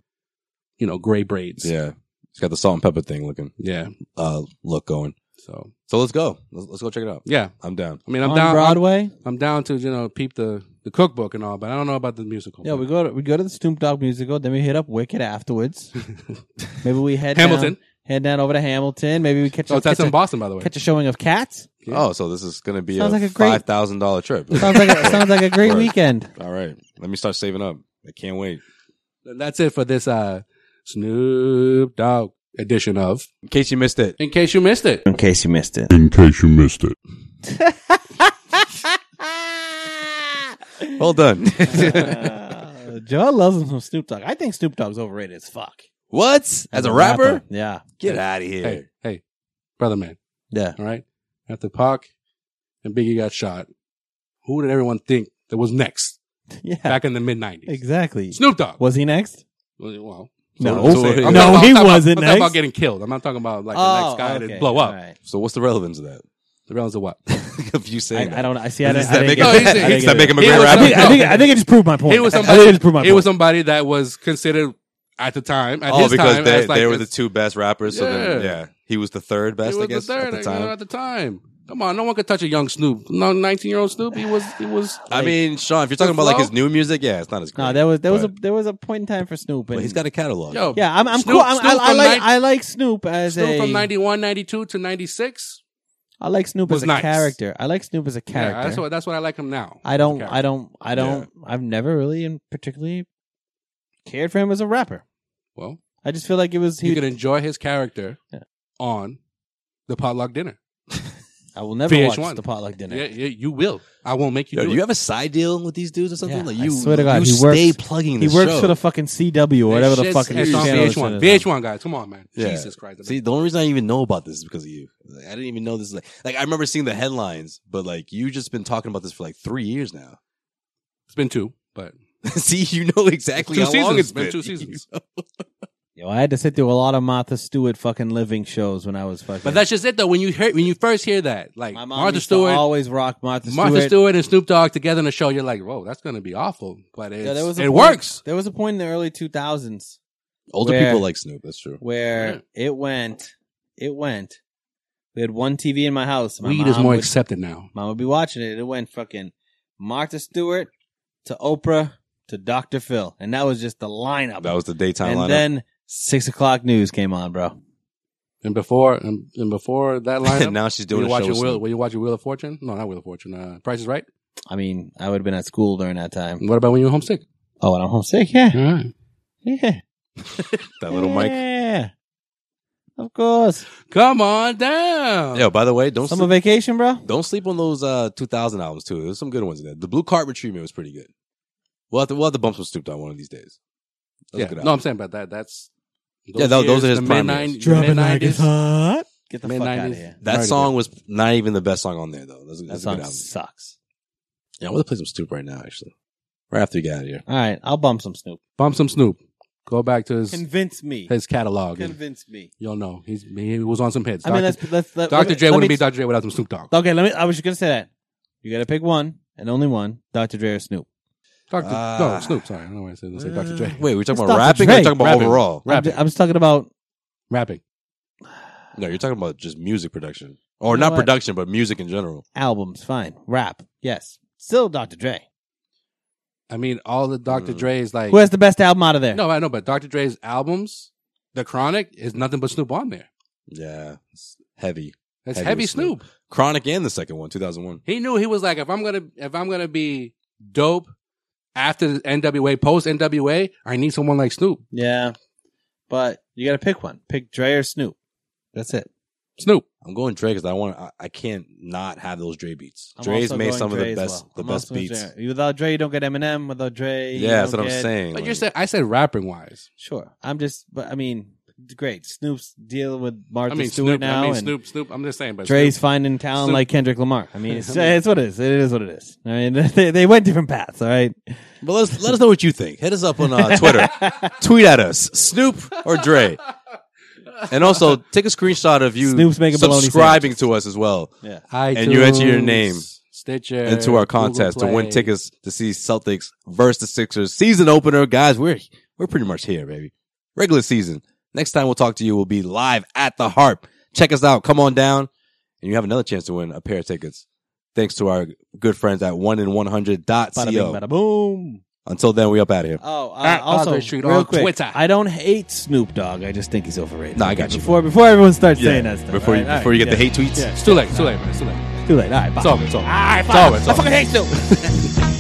S6: you know gray braids.
S5: Yeah, he's got the salt and pepper thing looking
S6: yeah.
S5: uh look going.
S6: So
S5: So let's go. Let's, let's go check it out.
S6: yeah,
S5: I'm down.
S6: I mean, I'm
S4: On
S6: down.
S4: Broadway?
S6: I'm, I'm down to you know peep the the cookbook and all, but I don't know about the musical.
S4: Yeah, we go to we go to the Snoop Dogg musical, then we hit up Wicked afterwards. Maybe we head
S6: Hamilton. Oh,
S4: down, head down over to Hamilton. Maybe we catch
S6: So
S4: a,
S6: that's
S4: catch,
S6: in
S4: a,
S6: Boston, by the way.
S4: catch a showing of Cats.
S5: Oh, so this is gonna be
S4: Sounds
S5: a,
S4: like a great-
S5: five thousand dollar
S4: [laughs]
S5: trip.
S4: Sounds like a, sounds like a great
S5: Right.
S4: weekend.
S5: all right, let me start saving up. I can't wait.
S6: That's it for this uh, Snoop Dogg edition of.
S5: In case you missed
S4: [laughs]
S5: it,
S6: In case you missed it,
S4: In case you missed it,
S13: In case you missed it.
S5: well
S4: [laughs]
S5: done.
S4: uh, [laughs] Joe loves him some Snoop Dogg. I think Snoop Dogg's overrated as fuck.
S5: what? As, a, rapper?
S4: yeah,
S5: Get out of here.
S6: hey, hey, brother man,
S4: yeah.
S6: all right. After Pac and Biggie got shot, who did everyone think that was next
S4: [laughs] Yeah,
S6: back in the mid '90s?
S4: exactly.
S6: Snoop Dogg.
S4: Was he next?
S6: Well,
S4: No.
S5: So- so-
S6: I'm
S4: No,
S6: talking about-
S4: he
S6: I'm talking about-
S4: wasn't
S6: I'm talking about
S4: next.
S6: getting killed. I'm not talking about like the
S4: Oh,
S6: next guy
S4: okay.
S6: to blow up.
S4: All right.
S5: So what's the relevance of that? [laughs]
S6: The rounds of what?
S5: of you saying
S4: I,
S5: that?
S4: I don't. I see. I,
S5: Does
S4: didn't-
S5: that
S4: I
S5: make
S4: didn't get
S5: him-
S4: it. I
S6: he's-
S4: didn't
S5: does
S4: get
S5: that
S4: it.
S5: make him a
S6: He
S5: great
S6: was
S4: I
S5: rapper?
S4: think, I think. I think it just proved my point.
S6: He
S4: [laughs]
S6: was
S4: I think
S6: somebody.
S4: it just proved my
S6: he
S4: point.
S6: was somebody that was considered at the time. At
S5: oh,
S6: his
S5: because
S6: time,
S5: they,
S6: as like
S5: they were the
S6: this-
S5: two best rappers. So then,
S6: Yeah.
S5: yeah, he was the third best,
S6: he was
S5: I guess,
S6: the third,
S5: at the
S6: you know,
S5: time.
S6: at the time. Come on, no one could touch a young Snoop. No, nineteen-year-old Snoop. He was. He was.
S5: I mean, Sean, if you're talking
S6: the
S5: about like
S6: flow?
S5: his new music, yeah, it's not as great.
S4: No, there was there was a
S5: but-
S4: there was a point in time for Snoop, and
S5: but he's got a catalog.
S6: yo,
S4: yeah, I'm I'm
S6: Snoop-
S4: cool. I'm,
S6: Snoop
S4: I, I
S6: from
S4: like
S6: nine-
S4: I like Snoop as
S6: Snoop
S4: a
S6: from 91, 92 to ninety-six.
S4: I like Snoop
S6: was
S4: as a
S6: nice.
S4: character. I like Snoop as a character.
S6: Yeah, that's what. That's what I like him now.
S4: I don't
S6: Okay.
S4: I don't I don't I've never really and particularly cared for him as a rapper.
S6: Well,
S4: I just feel like it was
S6: you
S4: he,
S6: can enjoy his character
S4: Yeah.
S6: on the potluck dinner.
S4: I will never
S6: VH1.
S4: watch the potluck dinner.
S6: Yeah, yeah, you will. I won't make you.
S5: Yo,
S6: do
S5: do
S6: it.
S5: you have a side deal with these dudes or something?
S4: Yeah,
S5: like
S4: I
S5: you,
S4: swear to God,
S5: you
S4: he
S5: stay
S4: works-
S5: plugging.
S4: He
S5: this
S4: works
S5: show.
S4: for the fucking CW or
S6: That
S4: whatever the
S6: shit's-
S4: fucking
S6: it's on
S4: channel this
S6: VH1.
S4: shit is on.
S6: VH1 guys, come on, man.
S5: Yeah.
S6: Jesus Christ.
S5: See, the only reason I even know about this is because of you. Like, I didn't even know this. Is like, like I remember seeing the headlines, but like you just been talking about this for like three years now. [laughs]
S6: it's been two, but
S5: See, you know exactly
S6: two
S5: how long
S6: seasons.
S5: it's been.
S6: been
S5: [laughs]
S6: two
S5: You
S6: seasons.
S4: Yo, I had to sit through a lot of Martha Stewart fucking living shows when I was fucking.
S6: But that's just it, though. When you hear, when you first hear that, like
S4: my mom
S6: Martha
S4: used to
S6: Stewart,
S4: always rock Martha Stewart.
S6: Martha Stewart and Snoop Dogg together in a show, you're like, whoa, that's going to be awful. But it's,
S4: Yeah, there was a
S6: it
S4: point-
S6: works.
S4: There was a point in the early two thousands
S5: Older
S4: Where-
S5: people like Snoop. That's true.
S4: where it went, it went. We had one TV in my house. My
S6: Weed is
S4: mom
S6: more
S4: would-
S6: accepted now.
S4: Mom would be watching it. It went fucking Martha Stewart to Oprah to Dr. Phil, and that was just the lineup.
S5: That was the daytime
S4: and
S5: lineup. [laughs]
S4: then six o'clock news came on, bro.
S6: And before and, and before that lineup,
S5: and [laughs] now she's
S6: were
S5: doing
S6: you
S5: a show.
S6: watching
S5: with
S6: Wheel,
S5: Snoop.
S6: were you watching Wheel of Fortune? No, not Wheel of Fortune. Uh, Price is Right.
S4: I mean, I would have been at school during that time.
S6: What about when you were homesick?
S4: Oh, and I'm homesick. Yeah,
S6: All right.
S4: yeah.
S5: That little mic.
S4: Yeah, of course.
S6: Come on down.
S5: Yo, by the way, don't
S4: Summer
S5: sleep,
S4: vacation, bro.
S5: don't sleep on those uh 2000 albums too. There's some good ones in there. The Blue Carpet Treatment was pretty good. We'll have to we'll have to bump some Snoop Dogg one of these days. That was a
S6: yeah.
S5: good
S6: No,
S5: album.
S6: I'm saying about that. That's
S5: Yeah, tho- those are his
S6: the
S5: prime
S6: mid-nine-
S5: years.
S6: mid- 90s.
S4: hot. Get the
S6: Mid-
S4: fuck out
S6: 90s.
S4: of here.
S5: that
S6: Alright,
S5: song was not even the best song on there though. That's,
S4: That
S5: that's a
S4: song
S5: good album.
S4: sucks.
S5: Yeah, I'm gonna play some Snoop right now actually. Right after you get out of here.
S4: All right, I'll bump some Snoop.
S6: Bump some Snoop. Go back to his
S4: Convince me.
S6: his catalog. and
S4: Convince me.
S6: You'll know he's he was on some hits.
S4: I mean,
S6: Dr.
S4: let's let's let,
S6: Dr.
S4: let-
S6: J
S4: let
S6: wouldn't
S4: me-
S6: be Dr. J without some Snoop Dogg.
S4: Okay, let me. I was just gonna say that. You gotta pick one and only one. Dr. Dre or Snoop.
S6: Dr.
S5: Ah.
S6: no, Snoop. Sorry, I don't know why I said I was gonna say Dr. J.
S5: Wait, we're talking
S4: It's
S5: about
S4: Dr.
S5: rapping or
S4: Dre.
S5: you talking about
S6: Rapping.
S5: overall?
S4: I'm,
S6: Rapping.
S4: ju- I'm just talking about.
S6: Rapping.
S5: No, you're talking about just music production. Or
S4: You know
S5: not
S4: what?
S5: production, but music in general.
S4: albums. Fine. Rap. Yes. Still Dr. Dre.
S6: I mean, all the Dr.
S5: Mm.
S6: Dre's like
S4: Who has the best album out of there?
S6: no, I know, but Dr. Dre's albums The Chronic is nothing but Snoop on there.
S5: Yeah, it's heavy.
S6: That's
S5: with
S6: heavy
S5: Chronic and the second one, 2001.
S6: He knew he was like, if I'm gonna if I'm gonna be dope after the NWA, post NWA, I need someone like Snoop.
S4: Yeah, but you got to pick one. Pick Dre or Snoop. That's it.
S6: Snoop.
S5: I'm going Dre because I want. I, I can't not have those Dre beats.
S4: I'm
S5: Dre's
S4: also
S5: made
S4: going
S5: some
S4: Dre
S5: of
S4: as
S5: the best,
S4: well.
S5: the
S4: I'm
S5: best
S4: also going
S5: beats.
S4: Dre. Without Dre, you don't get Eminem. Without Dre, you
S5: Yeah, that's
S4: don't
S5: what I'm
S4: get-
S5: saying.
S6: But you said I said rapping wise.
S4: Sure, I'm just. But I mean, great. Snoop's dealing with Martha
S6: I mean
S4: Stewart
S6: Snoop.
S4: now.
S6: I mean
S4: and
S6: Snoop. Snoop. I'm just saying. But
S4: Dre's
S6: Snoop-
S4: finding talent
S6: Snoop-
S4: like Kendrick Lamar. I [laughs] mean, it's,
S6: I mean-
S4: it's what it is. It is what it is. I mean, [laughs] they, they went different paths. All [laughs] right.
S5: But let's let us know what you think. Hit us up on uh,
S4: [laughs]
S5: Twitter, tweet at us, Snoop or Dre, and also take a screenshot of you
S4: Snoop's making bologna
S5: subscribing to us as well.
S4: Yeah.
S5: and you enter your
S6: iTunes,
S5: name
S6: Stitcher,
S5: into our
S6: Google
S5: contest to win
S6: Play.
S5: tickets to see Celtics versus the Sixers season opener, guys. We're we're pretty much here, baby. Regular season. Next time we'll talk to you, we'll be live at the Harp. Check us out. Come on down, and you have another chance to win a pair of tickets. Thanks to our good friends at one in one hundred dot
S4: Bada bing, bada boom.
S5: Until then, we up out of here.
S4: Oh, uh,
S6: At
S4: also,
S6: Andre Street
S4: real
S6: on
S4: quick,
S6: Twitter.
S4: I don't hate Snoop Dogg. I just think he's overrated.
S5: No, I got you.
S4: Before before everyone starts
S5: Yeah.
S4: saying that stuff.
S5: Before you-
S4: All right, all
S5: before you get
S4: right,
S5: the hate tweets.
S4: Yeah.
S6: It's too late. It's too late. Man. It's too late.
S4: Too late. All right. Bye.
S5: Ah,
S6: It's over. It's over.
S4: All right,
S6: It's
S4: fine.
S6: over. It's over.
S4: I fucking hate Snoop.